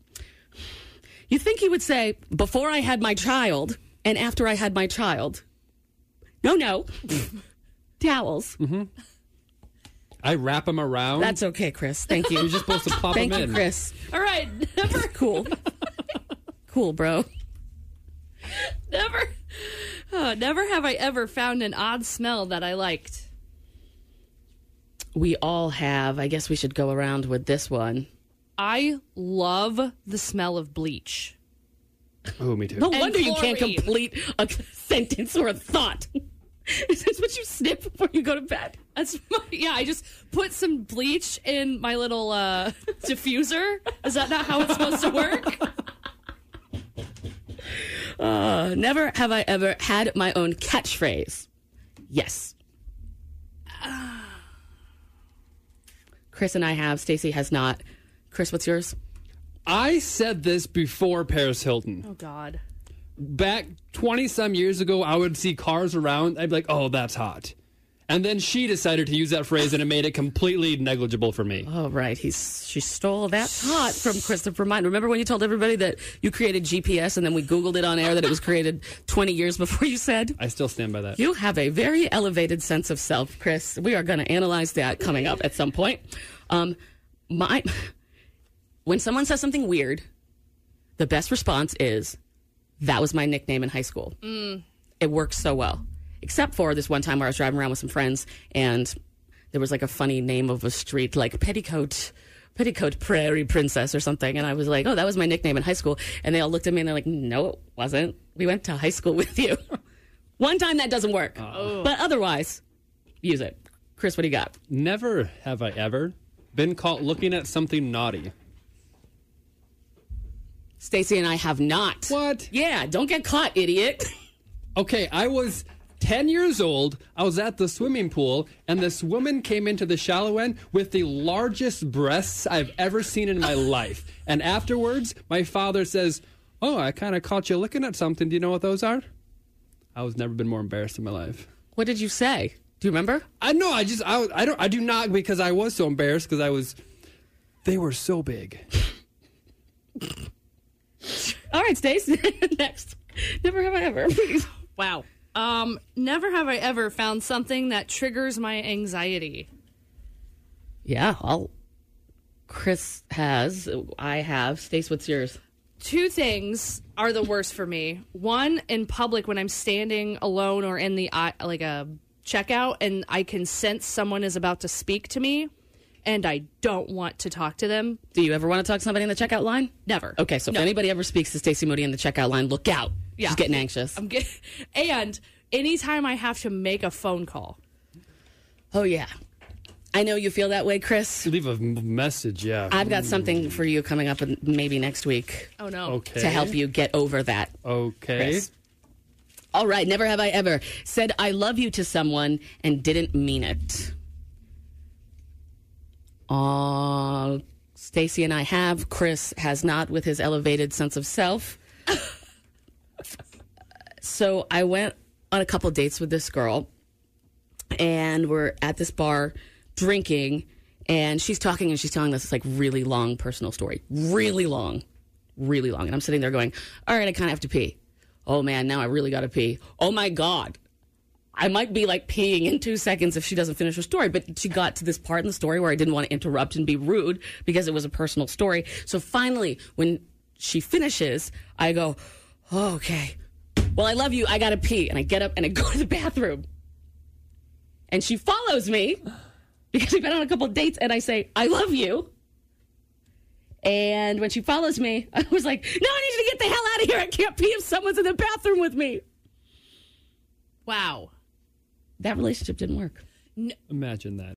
S2: You think he would say, before I had my child and after I had my child? No, no. Towels.
S4: I wrap them around.
S2: That's okay, Chris. Thank
S4: You're
S2: you.
S4: just supposed to plop
S2: Thank
S4: them
S2: you,
S4: in.
S2: Chris.
S3: All right.
S2: Never cool. cool, bro.
S3: Never, uh, never have I ever found an odd smell that I liked.
S2: We all have. I guess we should go around with this one.
S3: I love the smell of bleach.
S4: Oh, me too.
S2: No wonder you can't
S3: chlorine.
S2: complete a sentence or a thought. Is this what you sniff before you go to bed?
S3: That's my, yeah. I just put some bleach in my little uh, diffuser. Is that not how it's supposed to work?
S2: Uh, never have I ever had my own catchphrase. Yes. Chris and I have. Stacy has not. Chris, what's yours?
S4: I said this before Paris Hilton.
S3: Oh God.
S4: Back 20 some years ago, I would see cars around. I'd be like, oh, that's hot. And then she decided to use that phrase and it made it completely negligible for me.
S2: Oh, right. He's she stole that thought from Christopher Mine. Remember when you told everybody that you created GPS and then we Googled it on air that it was created 20 years before you said?
S4: I still stand by that.
S2: You have a very elevated sense of self, Chris. We are going to analyze that coming up at some point. Um, my, when someone says something weird, the best response is, "That was my nickname in high school." It works so well, except for this one time where I was driving around with some friends and there was like a funny name of a street, like Petticoat. Petticoat Prairie Princess or something. And I was like, oh, that was my nickname in high school. And they all looked at me and they're like, no, it wasn't. We went to high school with you. One time that doesn't work, but otherwise, use it. Chris, what do you got?
S4: Never have I ever been caught looking at something naughty.
S2: Stacy and I have not.
S4: What?
S2: Yeah, don't get caught, idiot.
S4: Okay, I was 10 years old. I was at the swimming pool, and this woman came into the shallow end with the largest breasts I've ever seen in my life. And afterwards, my father says, Oh, I kind of caught you looking at something. Do you know what those are? I was never been more embarrassed in my life.
S2: What did you say? Do you remember?
S4: I know. I just I, I don't I do not because I was so embarrassed because I was they were so big.
S2: All right, Stacy. Next. Never have I ever. wow.
S3: Um, never have I ever found something that triggers my anxiety.
S2: Yeah, I'll. Chris has. I have. Stace, what's yours?
S3: two things are the worst for me. One, in public when I'm standing alone or in the aisle- like a checkout and I can sense someone is about to speak to me and I don't want to talk to them.
S2: Do you ever want to talk to somebody in the checkout line?
S3: Never.
S2: Okay, so
S3: No.
S2: if anybody ever speaks to Stacey Moody in the checkout line, look out.
S3: Yeah.
S2: She's getting anxious.
S3: I'm get- and anytime I have to make a phone call.
S2: Oh, yeah. I know you feel that way, Chris.
S4: Leave a m- message, yeah.
S2: I've got something for you coming up in- maybe next week
S3: Oh no.
S4: Okay.
S2: to help you get over that.
S4: Okay.
S2: Chris. All right, never have I ever said I love you to someone and didn't mean it. Uh, Stacy and I have. Chris has not with his elevated sense of self. so I went on a couple dates with this girl, and we're at this bar drinking, and she's talking and she's telling us this like really long personal story, really long, really long. And I'm sitting there going, All right, I kind of have to pee. Oh man, now I really got to pee. Oh my God. I might be like peeing in two seconds if she doesn't finish her story. But she got to this part in the story where I didn't want to interrupt and be rude because it was a personal story. So finally, when she finishes, I go, oh, okay. Well, I love you. I got to pee. And I get up and I go to the bathroom. And she follows me because we've been on a couple of dates and I say, I love you. And when she follows me, I was like, no, I need you to get the hell out of here. I can't pee if someone's in the bathroom with me.
S3: Wow.
S2: That relationship didn't work.
S4: Imagine that.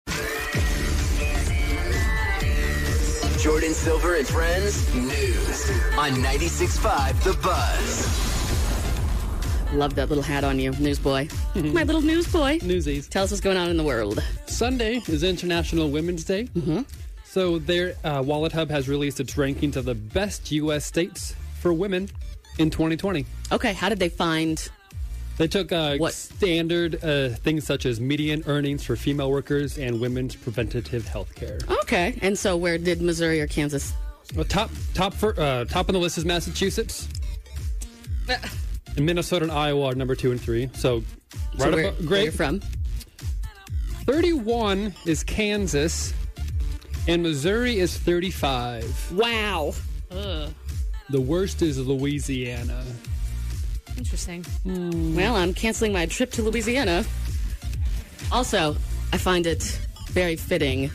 S5: Jordan Silver and Friends News on 96.5 The Buzz.
S2: Love that little hat on you, newsboy. My little newsboy.
S4: Newsies.
S2: Tell us what's going on in the world.
S4: Sunday is International Women's Day. Mm-hmm. So their uh, Wallet Hub has released its rankings of the best U.S. states for women in 2020.
S2: Okay, how did they find?
S4: They took uh,
S2: What?
S4: standard uh, things such as median earnings for female workers and women's preventative health care.
S2: Okay, and so where did Missouri or Kansas?
S4: Well, top top for, uh, top on the list is Massachusetts. And Minnesota and Iowa are number two and three. So,
S2: so
S4: right
S2: where,
S4: abo-
S2: where
S4: great.
S2: you're from?
S4: 31 is Kansas, and Missouri is 35.
S2: Wow.
S4: The worst is Louisiana.
S3: Interesting.
S2: Well, I'm canceling my trip to Louisiana. Also, I find it very fitting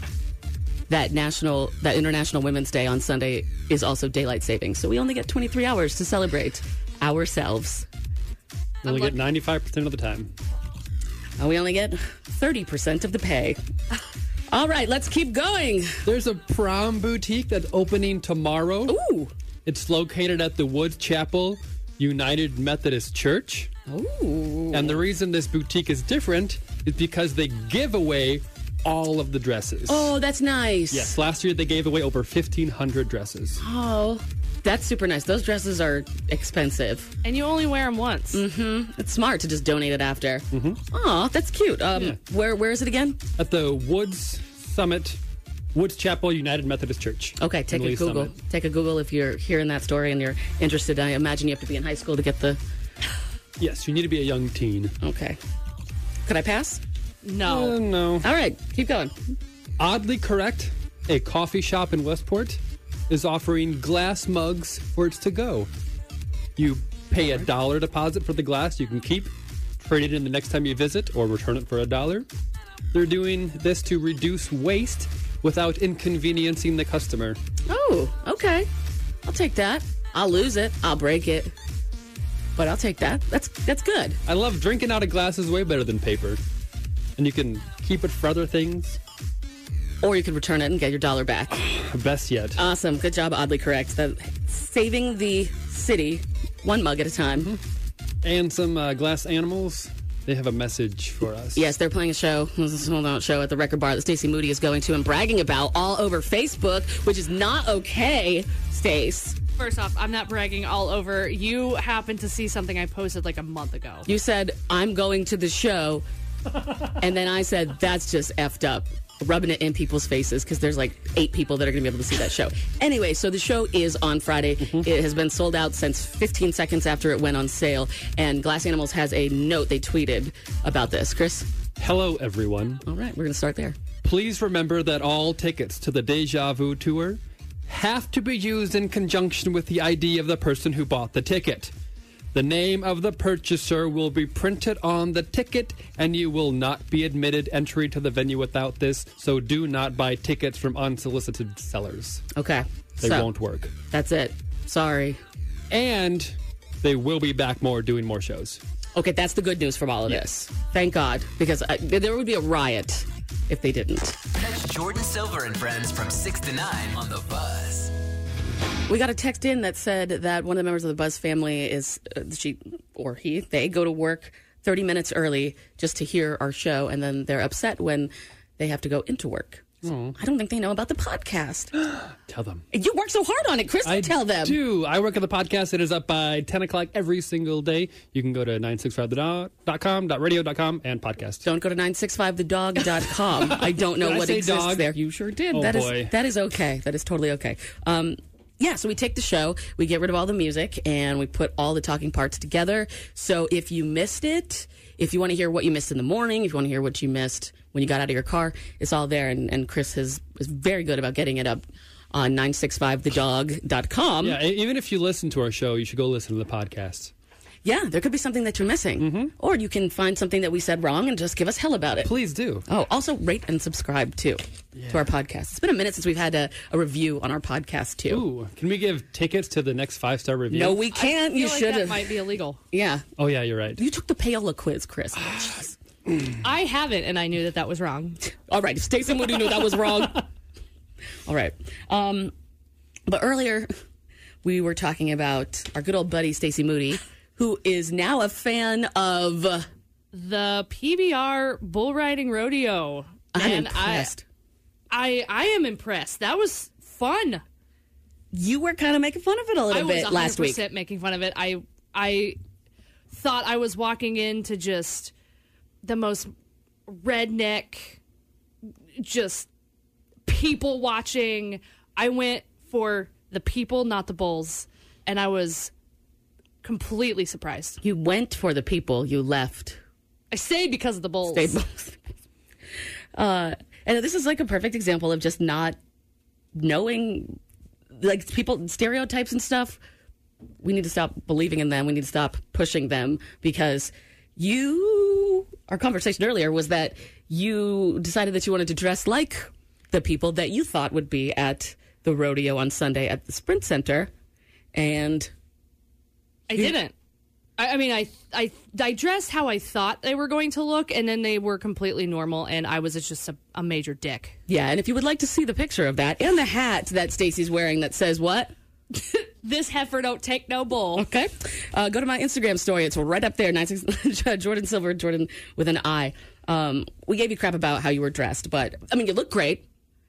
S2: that national that International Women's Day on Sunday is also daylight savings. So we only get 23 hours to celebrate ourselves.
S4: You only get 95% of the time.
S2: And we only get 30% of the pay. All right, let's keep going.
S4: There's a prom boutique that's opening tomorrow.
S2: Ooh.
S4: It's located at the Woods Chapel United Methodist Church.
S2: Ooh.
S4: And the reason this boutique is different is because they give away all of the dresses.
S2: Oh, that's nice.
S4: Yes, last year they gave away over 1,500 dresses.
S2: Oh, that's super nice. Those dresses are expensive.
S3: And you only wear them once.
S2: It's smart to just donate it after. Mm-hmm. Oh, that's cute. Um, where where is it again?
S4: At the Woods Summit, Woods Chapel United Methodist Church.
S2: Okay, take
S4: In
S2: a
S4: Lee's
S2: Google.
S4: Summit.
S2: Take a Google if you're hearing that story and you're interested. I imagine you have to be in high school to get the.
S4: Yes, you need to be a young teen.
S2: Okay. Could I pass?
S3: No.
S2: Oh.
S4: Uh, no.
S2: All right, keep going.
S4: Oddly correct, a coffee shop in Westport is offering glass mugs for its to go. You pay a dollar deposit for the glass you can keep, trade it in the next time you visit, or return it for a dollar. They're doing this to reduce waste without inconveniencing the customer.
S2: Oh, okay. I'll take that. I'll lose it. I'll break it. But I'll take that. That's that's good.
S4: I love drinking out of glasses way better than paper. And you can keep it for other things.
S2: Or you could return it and get your dollar back.
S4: Best yet.
S2: Awesome. Good job, oddly correct. That, saving the city one mug at a time.
S4: and some uh, glass animals. They have a message for us.
S2: Yes, they're playing a show, this holdout show at the record bar that Stacey Moody is going to and bragging about all over Facebook, which is not okay, Stace.
S3: First off, I'm not bragging all over. You happened to see something I posted like a month ago.
S2: You said, I'm going to the show. and then I said, that's just effed up. Rubbing it in people's faces because there's like eight people that are going to be able to see that show. Anyway, so the show is on Friday.
S3: Mm-hmm.
S2: It has been sold out since 15 seconds after it went on sale. And Glass Animals has a note they tweeted about this. Chris?
S4: Hello, everyone.
S2: All right, we're going to start there.
S4: Please remember that all tickets to the Deja Vu tour have to be used in conjunction with the ID of the person who bought the ticket. The name of the purchaser will be printed on the ticket, and you will not be admitted entry to the venue without this. So do not buy tickets from unsolicited sellers.
S2: Okay.
S4: They
S2: so,
S4: won't work.
S2: That's it. Sorry.
S4: And they will be back more doing more shows.
S2: Okay, that's the good news from all of this. Thank God, because I, there would be a riot if they didn't.
S5: Catch Jordan Silver and friends from 6 to 9 on The Buzz.
S2: We got a text in that said that one of the members of the Buzz family is uh, she or he they go to work 30 minutes early just to hear our show, and then they're upset when they have to go into work. So I don't think they know about the podcast.
S4: Tell them.
S2: you work so hard on it, Chris.
S4: I
S2: tell them.
S4: do. I work at the podcast. It is up by 10 o'clock every single day. You can go to 965.com, radio.com, and podcast.
S2: Don't go to 965thedog.com. I don't know
S4: Did I
S2: what
S4: say
S2: exists
S4: dog?
S2: there. You sure did.
S4: Oh,
S2: That is-
S4: boy.
S2: that is okay. That is totally okay. Um, yeah, so we take the show, we get rid of all the music, and we put all the talking parts together. So if you missed it, if you want to hear what you missed in the morning, if you want to hear what you missed when you got out of your car, it's all there. And, and Chris is, is very good about getting it up on 965thedog.com.
S4: Yeah, e- even if you listen to our show, you should go listen to the podcast.
S2: Yeah, there could be something that you're missing. Or you can find something that we said wrong and just give us hell about it.
S4: Please do.
S2: Oh, also rate and subscribe too to our podcast. It's been a minute since we've had a, a review on our podcast too.
S4: Ooh, can we give tickets to the next five star review?
S2: No, we can't. You
S3: I feel like
S2: should
S3: that
S2: have.
S3: might be illegal.
S2: yeah.
S4: Oh, yeah, you're right.
S2: You took the payola quiz, Chris.
S3: Ah,
S2: Jeez.
S3: I haven't, and I knew that that was wrong.
S2: All right, if Stacey would knew that was wrong. All right. Um, but earlier we were talking about our good old buddy Stacey Moody, who is now a fan of
S3: The PBR Bull Riding Rodeo.
S2: I'm
S3: Man,
S2: impressed.
S3: I, I I am impressed. That was fun.
S2: you were kind of making fun of it a little
S3: I was
S2: bit
S3: 100%
S2: last week.
S3: making fun of it. I I thought I was walking into just the most redneck, just people watching. I went for the people, not the bulls, and I was completely surprised.
S2: You went for the people, you left
S3: I stayed because of the bulls.
S2: They both. Uh, and this is like a perfect example of just not knowing, like people stereotypes and stuff. We need to stop believing in them. We need to stop pushing them because you. Our conversation earlier was that you decided that you wanted to dress like the people that you thought would be at the rodeo on Sunday at the Sprint Center, and
S3: I didn't. I, I mean, I, I I dressed how I thought they were going to look, and then they were completely normal, and I was just a, a major dick.
S2: yeah. And if you would like to see the picture of that and the hat that Stacy's wearing that says what.
S3: This heifer don't take no bull.
S2: Okay. Uh, go to my Instagram story. It's right up there. 96 Jordan Silver, Jordan with an I. Um, we gave you crap about how you were dressed, but I mean, you look great.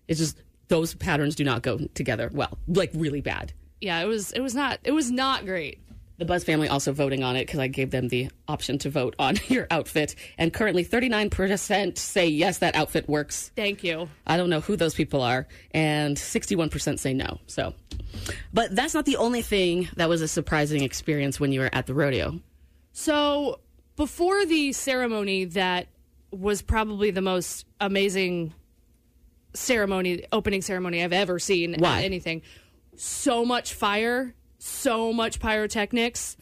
S2: It's just those patterns do not go together well, like really bad.
S3: Yeah, it was it was not it was not great.
S2: The Buzz family also voting on it because I gave them the option to vote on your outfit. And currently, 39% say yes, that outfit works.
S3: Thank you.
S2: I don't know who those people are, and 61% say no. So, but that's not the only thing that was a surprising experience when you were at the rodeo.
S3: So before the ceremony, that was probably the most amazing ceremony, opening ceremony I've ever seen. at
S2: Why?
S3: anything? So much fire, so much pyrotechnics.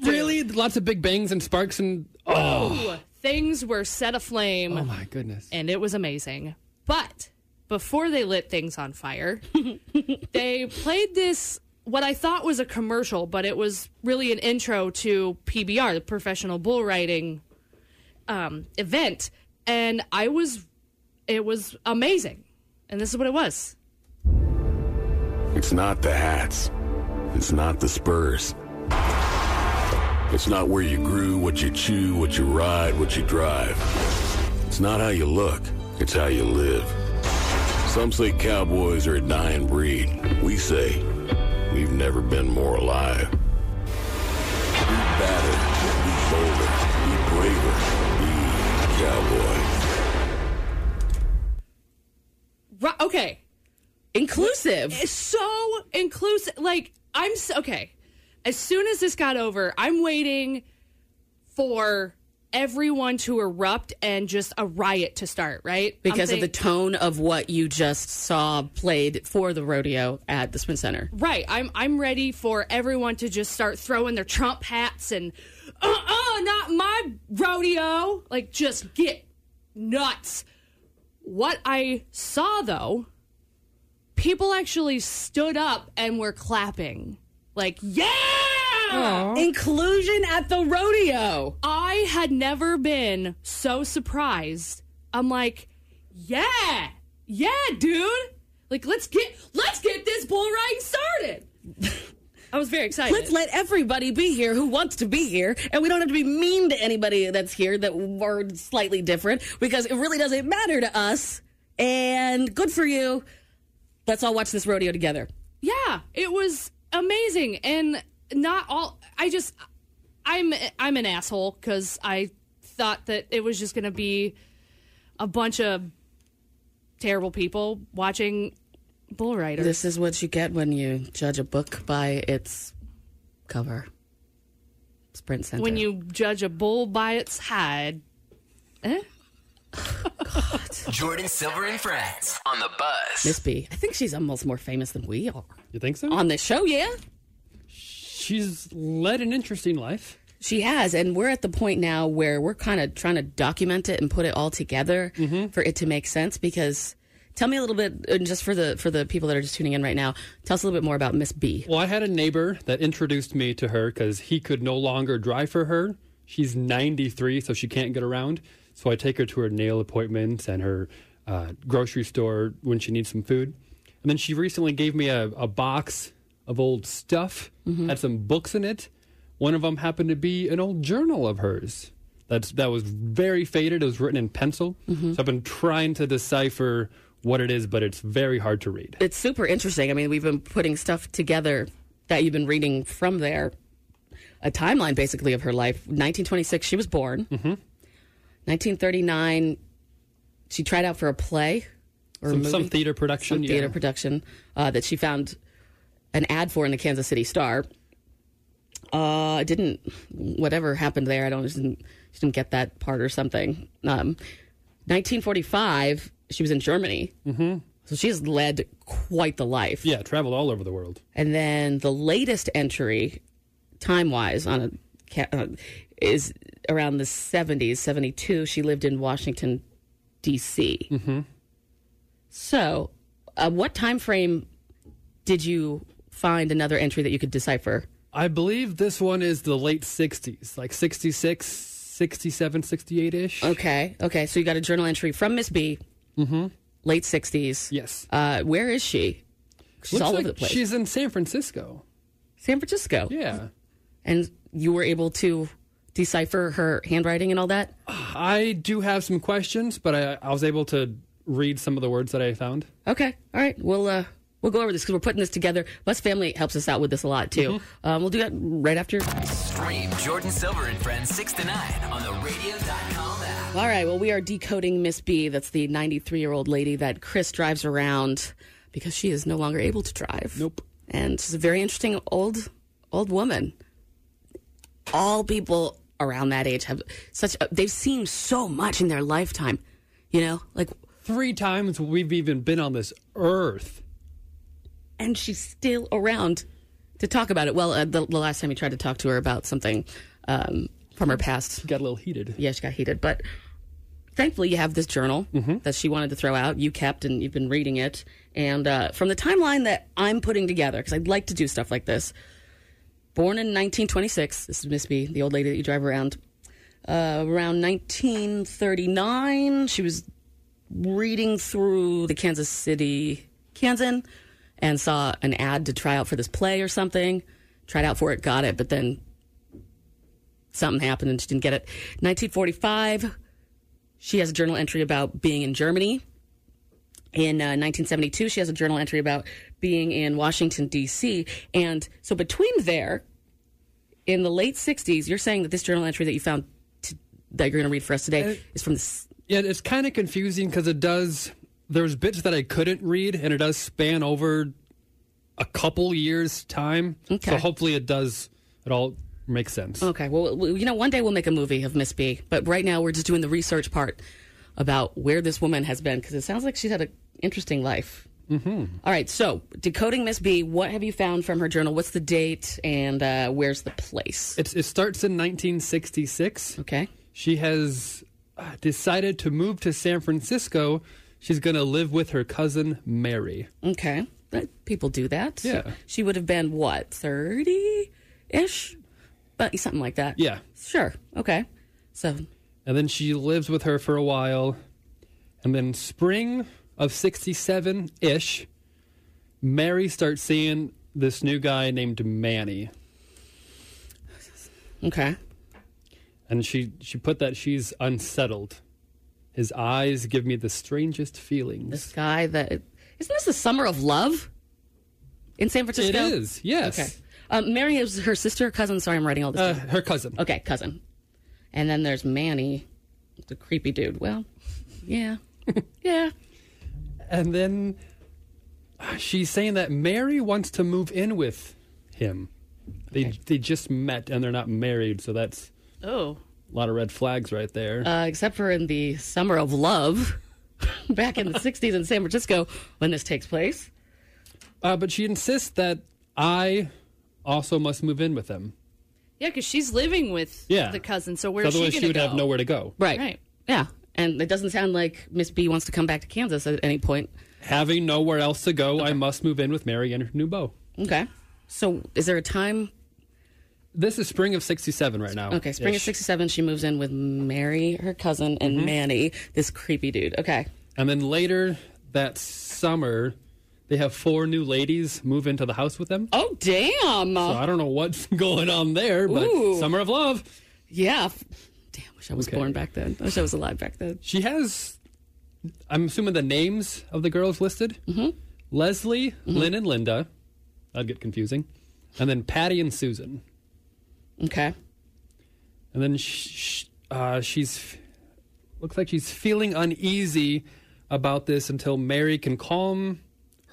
S4: Really? Lots of big bangs and sparks and. Oh,
S3: Things were set aflame.
S4: oh my goodness.
S3: and it was amazing. But before they lit things on fire, they played this what I thought was a commercial, but it was really an intro to PBR, the professional bull riding um, event, and I was it was amazing. And this is what it was.
S7: It's not the hats. It's not the spurs. It's not where you grew, what you chew, what you ride, what you drive. It's not how you look. It's how you live. Some say cowboys are a dying breed. We say we've never been more alive. Be better, be bolder, be braver, be cowboy.
S3: Ri- Okay,
S2: Inclusive.
S3: It's so inclusive. Like I'm so, okay. As soon as this got over, I'm waiting for everyone to erupt and just a riot to start, right? I'm
S2: because
S3: think-
S2: of the tone of what you just saw played for the rodeo at the Spin Center.
S3: Right. I'm I'm ready for everyone to just start throwing their Trump hats and uh uh not my rodeo. Like just get nuts. What I saw though, people actually stood up and were clapping. Like, yeah!
S2: Inclusion at the rodeo.
S3: I had never been so surprised. I'm like, yeah, yeah, dude. Like, let's get let's get this bull riding started. I was very excited.
S2: Let's let everybody be here who wants to be here, and we don't have to be mean to anybody that's here that are slightly different because it really doesn't matter to us. And good for you. Let's all watch this rodeo together.
S3: Yeah, it was amazing, and not all. I just, I'm, I'm an asshole because I thought that it was just gonna be a bunch of terrible people watching bull riders.
S2: This is what you get when you judge a book by its cover. Sprint Center.
S3: when you judge a bull by its hide. Eh?
S5: Jordan Silver and friends on the bus.
S2: Miss B, I think she's almost more famous than we are.
S4: You think so?
S2: On this show, yeah.
S4: She's led an interesting life.
S2: She has, and we're at the point now where we're kind of trying to document it and put it all together for it to make sense. Because tell me a little bit, and just for the for the people that are just tuning in right now, tell us a little bit more about Miss B.
S4: Well, I had a neighbor that introduced me to her because he could no longer drive for her. She's 93, so she can't get around. So I take her to her nail appointments and her uh, grocery store when she needs some food. And then she recently gave me a, a box of old stuff,
S2: Mm-hmm.
S4: had some books in it. One of them happened to be an old journal of hers. That's that was very faded. It was written in pencil.
S2: Mm-hmm.
S4: So I've been trying to decipher what it is, but it's very hard to read.
S2: It's super interesting. I mean, we've been putting stuff together that you've been reading from there, a timeline basically of her life. 1926, she was born. Mm-hmm. 1939, she tried out for a play or a
S4: Some,
S2: movie.
S4: some theater production.
S2: some theater
S4: yeah.
S2: production uh, that she found an ad for in the Kansas City Star. Uh, I didn't whatever happened there. I don't just didn't, just didn't get that part or something. Um, 1945, she was in Germany, mm-hmm. so she's led quite the life.
S4: Yeah, traveled all over the world.
S2: And then the latest entry, time wise, on a ca- uh, is around the 70s, 72. She lived in Washington, D.C. Mm-hmm. So, uh, what time frame did you find another entry that you could decipher?
S4: I believe this one is the late 60s, like 66, 67, 68 ish.
S2: Okay, okay. So you got a journal entry from Miss B, mm-hmm. late 60s.
S4: Yes.
S2: Uh, where is she? She's
S4: Looks
S2: all
S4: like
S2: over the place.
S4: She's in San Francisco.
S2: San Francisco.
S4: Yeah.
S2: And you were able to decipher her handwriting and all that?
S4: I do have some questions, but I, I was able to read some of the words that I found.
S2: Okay. All right. We'll uh, we'll go over this because we're putting this together. Bus Family helps us out with this a lot too. Um, we'll do that right after.
S5: Stream Jordan Silver and friends 6 to 9 on the radio.com app.
S2: All right. Well, we are decoding Miss B. That's the 93 year old lady that Chris drives around because she is no longer able to drive.
S4: Nope.
S2: And she's a very interesting old old woman. All people around that age have such a, they've seen so much in their lifetime. You know, like
S4: Three times we've even been on this earth.
S2: and she's still around to talk about it. Well, uh, the, the last time we tried to talk to her about something um, from her past,
S4: Got a little heated.
S2: yeah, she got heated. But thankfully, you have this journal that she wanted to throw out. You kept and you've been reading it. And uh, from the timeline that I'm putting together, because I'd like to do stuff like this. Born in 1926, this is Miss B, the old lady that you drive around. Uh, around 1939, she was reading through the Kansas City Kansan and saw an ad to try out for this play or something. Tried out for it, got it, but then something happened and she didn't get it. 1945, she has a journal entry about being in Germany. In uh, 1972, she has a journal entry about being in Washington, D.C. And so between there, in the late 60s, you're saying that this journal entry that you found t- that you're going to read for us today is from the s-
S4: Yeah, it's kind of confusing because it does. There's bits that I couldn't read, and it does span over a couple years' time.
S2: Okay.
S4: So hopefully, it does. It all Makes sense.
S2: Okay. Well, we- you know, one day we'll make a movie of Miss B, but right now we're just doing the research part about where this woman has been because it sounds like she's had an interesting life.
S4: Mm-hmm.
S2: All right. So, decoding Miss B, what have you found from her journal? What's the date and uh, where's the place?
S4: It, it starts in 1966.
S2: Okay.
S4: She has uh, decided to move to San Francisco. She's going to live with her cousin, Mary.
S2: Okay. But people do that.
S4: Yeah.
S2: She would have been what, 30 ish? But something like that.
S4: Yeah.
S2: Sure. Okay. So,
S4: And then she lives with her for a while. And then spring of 67 ish, Mary starts seeing this new guy named Manny.
S2: okay.
S4: And she, she put that she's unsettled. His eyes give me the strangest feelings.
S2: This guy that isn't this the summer of love in San Francisco?
S4: It is, yes.
S2: Okay. Um, Mary is her sister or cousin. Sorry, I'm writing all this.
S4: Uh,
S2: down.
S4: her cousin.
S2: Okay, cousin. And then there's Manny, the creepy dude. Well, yeah, yeah.
S4: And then uh, she's saying that Mary wants to move in with him. They they just met and they're not married, so that's
S2: Oh.
S4: a lot of red flags right there.
S2: Uh, except for in the summer of love, back in the '60s in San Francisco when this takes place.
S4: Uh, but she insists that I also must move in with him.
S3: Yeah, because she's living with
S4: Yeah.
S3: the cousin. So where's
S4: Otherwise,
S3: she
S4: she,
S3: going to
S4: would
S3: go?
S4: have nowhere to go.
S2: Right. Right. Yeah. And it doesn't sound like Miss B wants to come back to Kansas at any point.
S4: Having nowhere else to go, I must move in with Mary and her new beau.
S2: Okay. So is there a time
S4: This is spring of '67 right now.
S2: Okay, spring of
S4: Ish.
S2: '67,
S4: Mm-hmm.
S2: she moves in with Mary, her cousin, and Manny, this creepy dude. Okay,
S4: And then later that summer, they have four new ladies move into the house with them.
S2: Oh, damn!
S4: So I don't know what's going on there, but
S2: Uh-huh. Ooh.
S4: summer of love.
S2: yeah. f- Damn, wish I was born back then. I wish I was alive back then.
S4: She has, I'm assuming the names of the girls listed
S2: Mhm.
S4: Leslie, Lynn, and Linda. That'd get confusing. And then Patty and Susan.
S2: Okay.
S4: And then sh- sh- uh, she's, f- looks like she's feeling uneasy about this until Mary can calm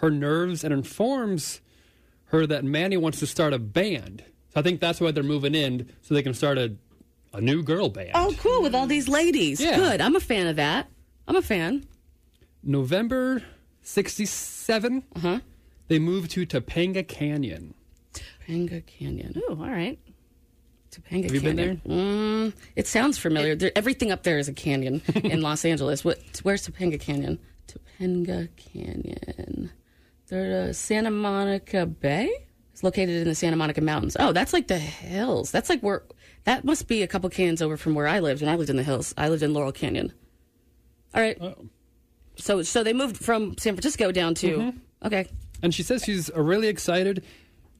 S4: her nerves and informs her that Manny wants to start a band. So I think that's why they're moving in, so they can start a, a new girl band.
S2: Oh, cool! With all these ladies,
S4: Yeah.
S2: good. I'm a fan of that. I'm a fan.
S4: November 67,
S2: uh-huh.
S4: they moved to Topanga Canyon.
S2: Topanga Canyon.
S3: Ooh, all right.
S2: Topanga
S4: Have you been
S2: Canyon. Mm, it sounds familiar. there, everything up there is a canyon in Los Angeles. What? Where's Topanga Canyon? Topanga Canyon. There, uh, Santa Monica Bay It's located in the Santa Monica Mountains. Oh, that's like the hills. That's like where. That must be a couple canyons over from where I lived, and I lived in the hills. I lived in Laurel Canyon. All right.
S4: Oh.
S2: So, so they moved from San Francisco down to.
S4: Mhm.
S2: Okay.
S4: And she says she's uh, really excited.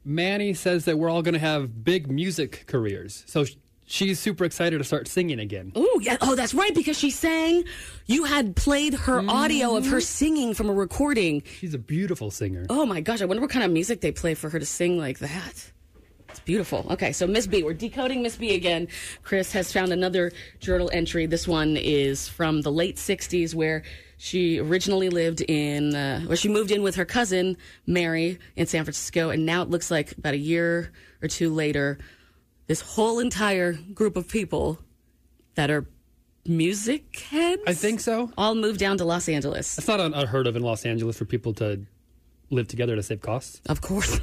S4: Manny says that we're all going to have big music careers. So sh- she's super excited to start singing again.
S2: Oh yeah! Oh, that's right. Because she sang. You had played her audio of her singing from a recording.
S4: She's a beautiful singer.
S2: Oh my gosh! I wonder what kind of music they play for her to sing like that. It's beautiful. Okay, so Miss B, we're decoding Miss B again. Chris has found another journal entry. This one is from the late '60s, where she originally lived in, uh, where she moved in with her cousin Mary in San Francisco, and now it looks like about a year or two later, this whole entire group of people that are music heads. I think
S4: so.
S2: All moved down to Los Angeles.
S4: It's not un- unheard of in Los Angeles for people to live together to save costs.
S2: Of course.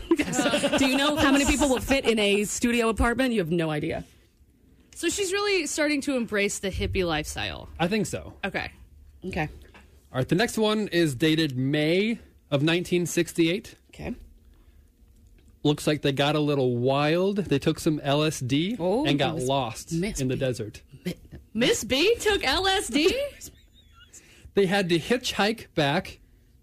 S2: Do you know how many people will fit in a studio apartment? You have no idea.
S3: So she's really starting to embrace the hippie lifestyle.
S4: I think so.
S3: Okay.
S2: Okay.
S4: All right, the next one is dated May of 1968.
S2: Okay.
S4: Looks like they got a little wild. They took some LSD
S2: Oh,
S4: and got
S3: Miss-
S4: lost
S3: Miss
S4: in the desert.
S3: Miss B took LSD?
S4: They had to hitchhike back.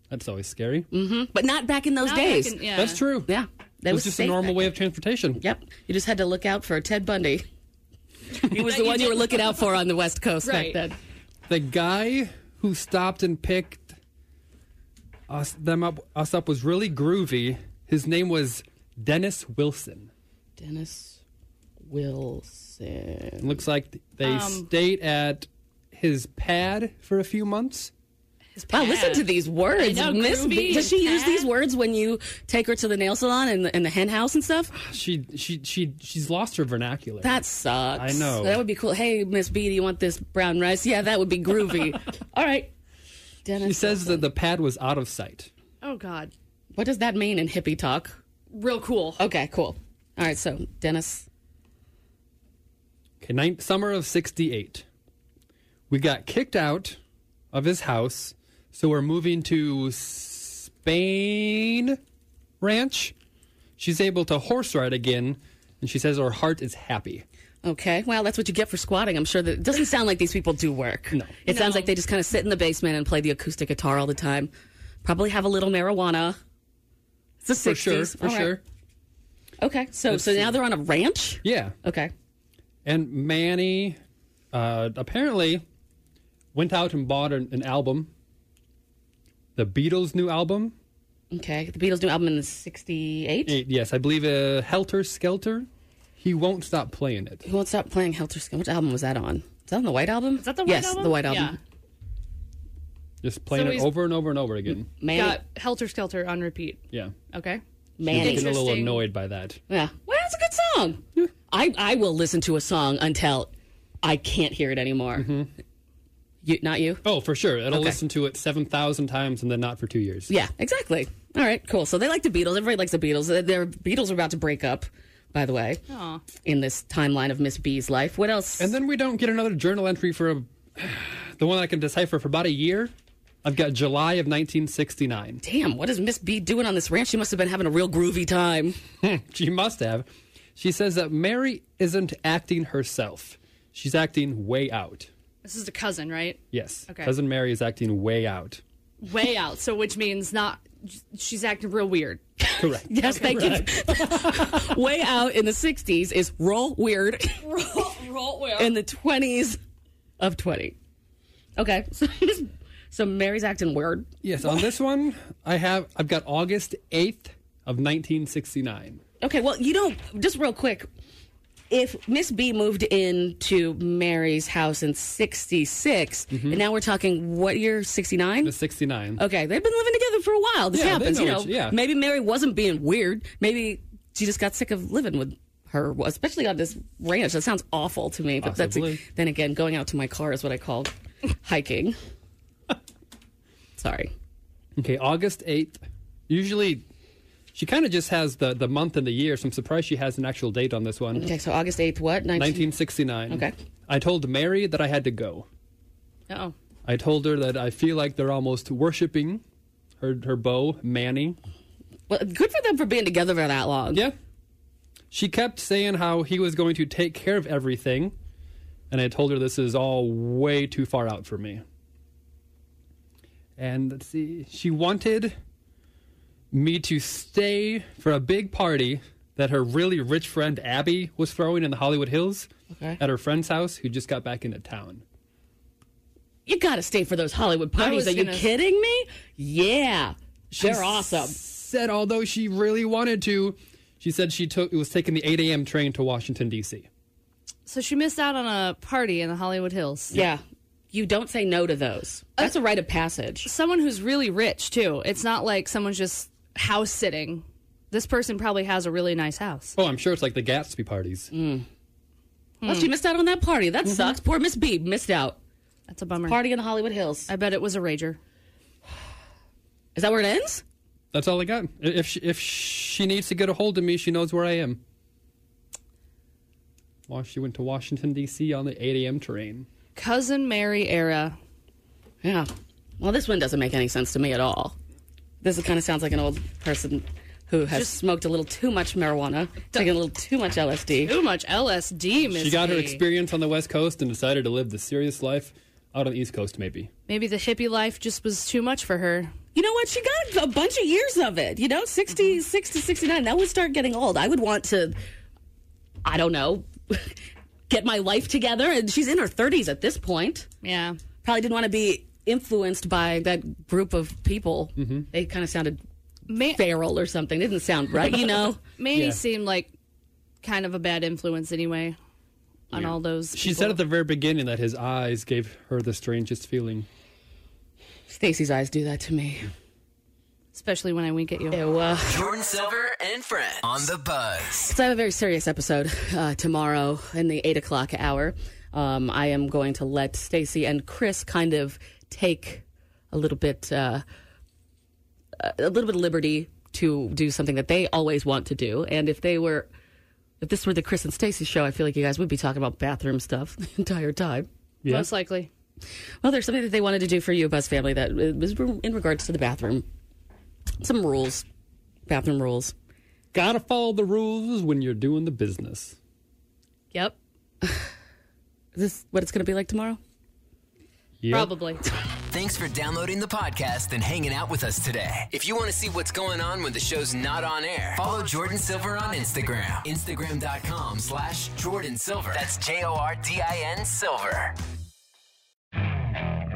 S4: That's always scary.
S2: Mm-hmm. But not back in those
S3: Not back
S2: days.
S3: in- yeah.
S4: That's true.
S2: Yeah. That
S4: it
S2: was
S4: was just a
S2: safe
S4: normal
S2: back
S4: way of transportation.
S2: Yep. You just had to look out for Ted Bundy. He was
S3: That
S2: the
S3: you
S2: one you were
S3: didn't-
S2: looking out for on the West Coast
S3: Right.
S2: back then.
S4: The guy who stopped and picked us them up us up was really groovy. His name was Dennis Wilson.
S2: Dennis Wilson.
S4: Looks like they
S3: Um,
S4: stayed at his pad for a few months.
S2: Wow, listen to these words.
S3: I know,
S2: Miss B-
S3: groovy
S2: does she
S3: and
S2: use these words when you take her to the nail salon and the, and the hen house and stuff?
S4: She she she she's lost her vernacular.
S2: That sucks.
S4: I know.
S2: That would be cool. Hey, Miss B, do you want this brown rice? Yeah, that would be groovy. All right.
S4: she says that the pad was out of sight.
S3: Oh God,
S2: What does that mean in hippie talk?
S3: real cool.
S2: Okay, cool. All right, so Dennis.
S4: Okay, nine, summer of 68. We got kicked out of his house, so we're moving to Spain Ranch. She's able to horse ride again, and she says her heart is happy.
S2: Okay, well, that's what you get for squatting. I'm sure that it doesn't sound like these people do work. No. It sounds like they just kind of sit in the basement and play the acoustic guitar all the time. Probably have a little marijuana. It's the 60s.
S4: For sure, for
S2: All right.
S4: sure.
S2: Okay, so
S4: Let's
S2: so now
S4: see.
S2: they're on a ranch?
S4: Yeah.
S2: Okay.
S4: And Manny uh, apparently went out and bought an, an album, the Beatles' new album.
S2: Okay, the Beatles' new album in the 68.
S4: Eight, yes, I believe uh, Helter Skelter. He won't stop playing it.
S2: He won't stop playing Helter Skelter. Which album was that on? Is that on the White Album? Is
S3: that the White
S2: yes,
S3: Album?
S2: the White Album.
S3: Yeah.
S4: Just playing
S3: So
S4: it
S3: he's-
S4: over and over and over again.
S2: Manny.
S3: Got Helter Skelter on repeat.
S4: Yeah.
S3: Okay.
S4: She's
S2: Manny.
S4: getting a little
S3: Interesting.
S4: annoyed by that.
S2: Yeah. Well, that's a good song. I, I will listen to a song until I can't hear it anymore.
S3: Mm-hmm.
S2: You, not you?
S4: Oh, for sure. It'll
S2: Okay.
S4: listen to it 7,000 times and then not for two years.
S2: Yeah, exactly. All right, cool. So they like the Beatles. Everybody likes the Beatles. The- Their Beatles are about to break up, by the way,
S3: Aw.
S2: in this timeline of Miss B's life. What else?
S4: And then we don't get another journal entry for a, the one I can decipher for about a year. I've got July of 1969.
S2: Damn, what is Miss B doing on this ranch? She must have been having a real groovy time.
S4: She must have. She says that Mary isn't acting herself. She's acting way out.
S3: This is the cousin, right?
S4: Yes.
S3: Okay.
S4: Cousin Mary is acting way out.
S3: Way out. So which means not. She's acting real weird.
S4: Correct.
S2: Yes, thank you. Way out in the 60s is roll weird.
S3: roll, roll weird.
S2: in the 20s of 20. Okay. So, so Mary's acting weird.
S4: Yes, on this one, I have I've got August 8th of 1969.
S2: Okay. Well, you don't, just real quick, if Miss B moved into Mary's house in 66, and now we're talking what year, 69?
S4: The 69.
S2: Okay. They've been living together for a while. This
S4: Yeah, they
S2: happens,
S4: know
S2: you know.
S4: each- yeah.
S2: Maybe Mary wasn't being weird. Maybe she just got sick of living with her, especially on this ranch. That sounds awful to me. But
S4: Possibly.
S2: that's, then again, going out to my car is what I call hiking. Sorry.
S4: Okay, August 8th. Usually she kind of just has the, the month and the year, so I'm surprised she has an actual date on this one.
S2: Okay, so August 8th, what? 19?
S4: 1969.
S2: Okay.
S4: I told Mary that I had to go.
S3: Oh.
S4: I told her that I feel like they're almost worshiping her her beau, Manny.
S2: Well, good for them for being together for that long.
S4: Yeah. She kept saying how he was going to take care of everything, and I told her this is all way too far out for me. And let's see, she wanted me to stay for a big party that her really rich friend Abby was throwing in the Hollywood Hills
S2: Okay.
S4: at her friend's house, who just got back into town.
S2: You gotta stay for those Hollywood
S3: I
S2: parties.
S3: was
S2: Are you
S3: gonna-
S2: kidding me? Yeah.
S4: She
S2: They're awesome.
S4: Said although she really wanted to, she said she took it was taking the 8 a.m. train to Washington D.C.
S3: So she missed out on a party in the Hollywood Hills.
S2: Yeah. You don't say no to those. That's a rite of passage.
S3: Someone who's really rich too. It's not like someone's just house sitting. This person probably has a really nice house.
S4: Oh, I'm sure it's like the Gatsby parties.
S2: Well, Oh, she missed out on that party. That sucks. Poor Miss B missed out.
S3: That's a bummer.
S2: Party in the Hollywood Hills.
S3: I bet it was a rager.
S2: Is that where it ends?
S4: That's all I got. I- If she, if she needs to get a hold of me, she knows where I am. Well, she went to Washington D.C. on the 8 a.m. train.
S3: Cousin Mary era.
S2: Yeah. Well, this one doesn't make any sense to me at all. This kind of sounds like an old person who has smoked a little too much marijuana, taken a little too much LSD.
S3: Too much LSD, Miss
S4: She got her
S3: B.
S4: experience on the West Coast and decided to live the serious life out on the East Coast, maybe.
S3: Maybe the hippie life just was too much for her.
S2: you know what? She got a bunch of years of it. You know, 66 to 69. That would start getting old. I would want to, I don't know, get my life together. And she's in her 30s at this point.
S3: Yeah.
S2: Probably didn't want to be influenced by that group of people. They kind of sounded
S3: Ma-
S2: feral or something. They didn't sound right, you know?
S3: Manny
S4: Yeah.
S3: seemed like kind of a bad influence anyway on all those.
S4: She said at the very beginning that his eyes gave her the strangest feeling.
S2: Stacy's eyes do that to me.
S3: Especially when I wink at you.
S2: Ew, uh,
S5: Jordan Silver and friends on the buzz.
S2: So I have a very serious episode uh, tomorrow in the eight o'clock hour. Um, I am going to let Stacy and Chris kind of take a little bit, uh, a a little bit of liberty to do something that they always want to do. And if they were, if this were the Chris and Stacy show, I feel like you guys would be talking about bathroom stuff the entire time.
S3: Most likely.
S2: Well, there's something that they wanted to do for you, Buzz family, that uh, was in regards to the bathroom. Some rules, bathroom rules.
S4: Gotta follow the rules when you're doing the business.
S3: Yep.
S2: Is this what it's going to be like tomorrow?
S3: Probably.
S5: Thanks for downloading the podcast and hanging out with us today. If you want to see what's going on when the show's not on air, follow Jordan Silver on Instagram. Instagram.com slash Jordan Silver. That's J O R D I N Silver.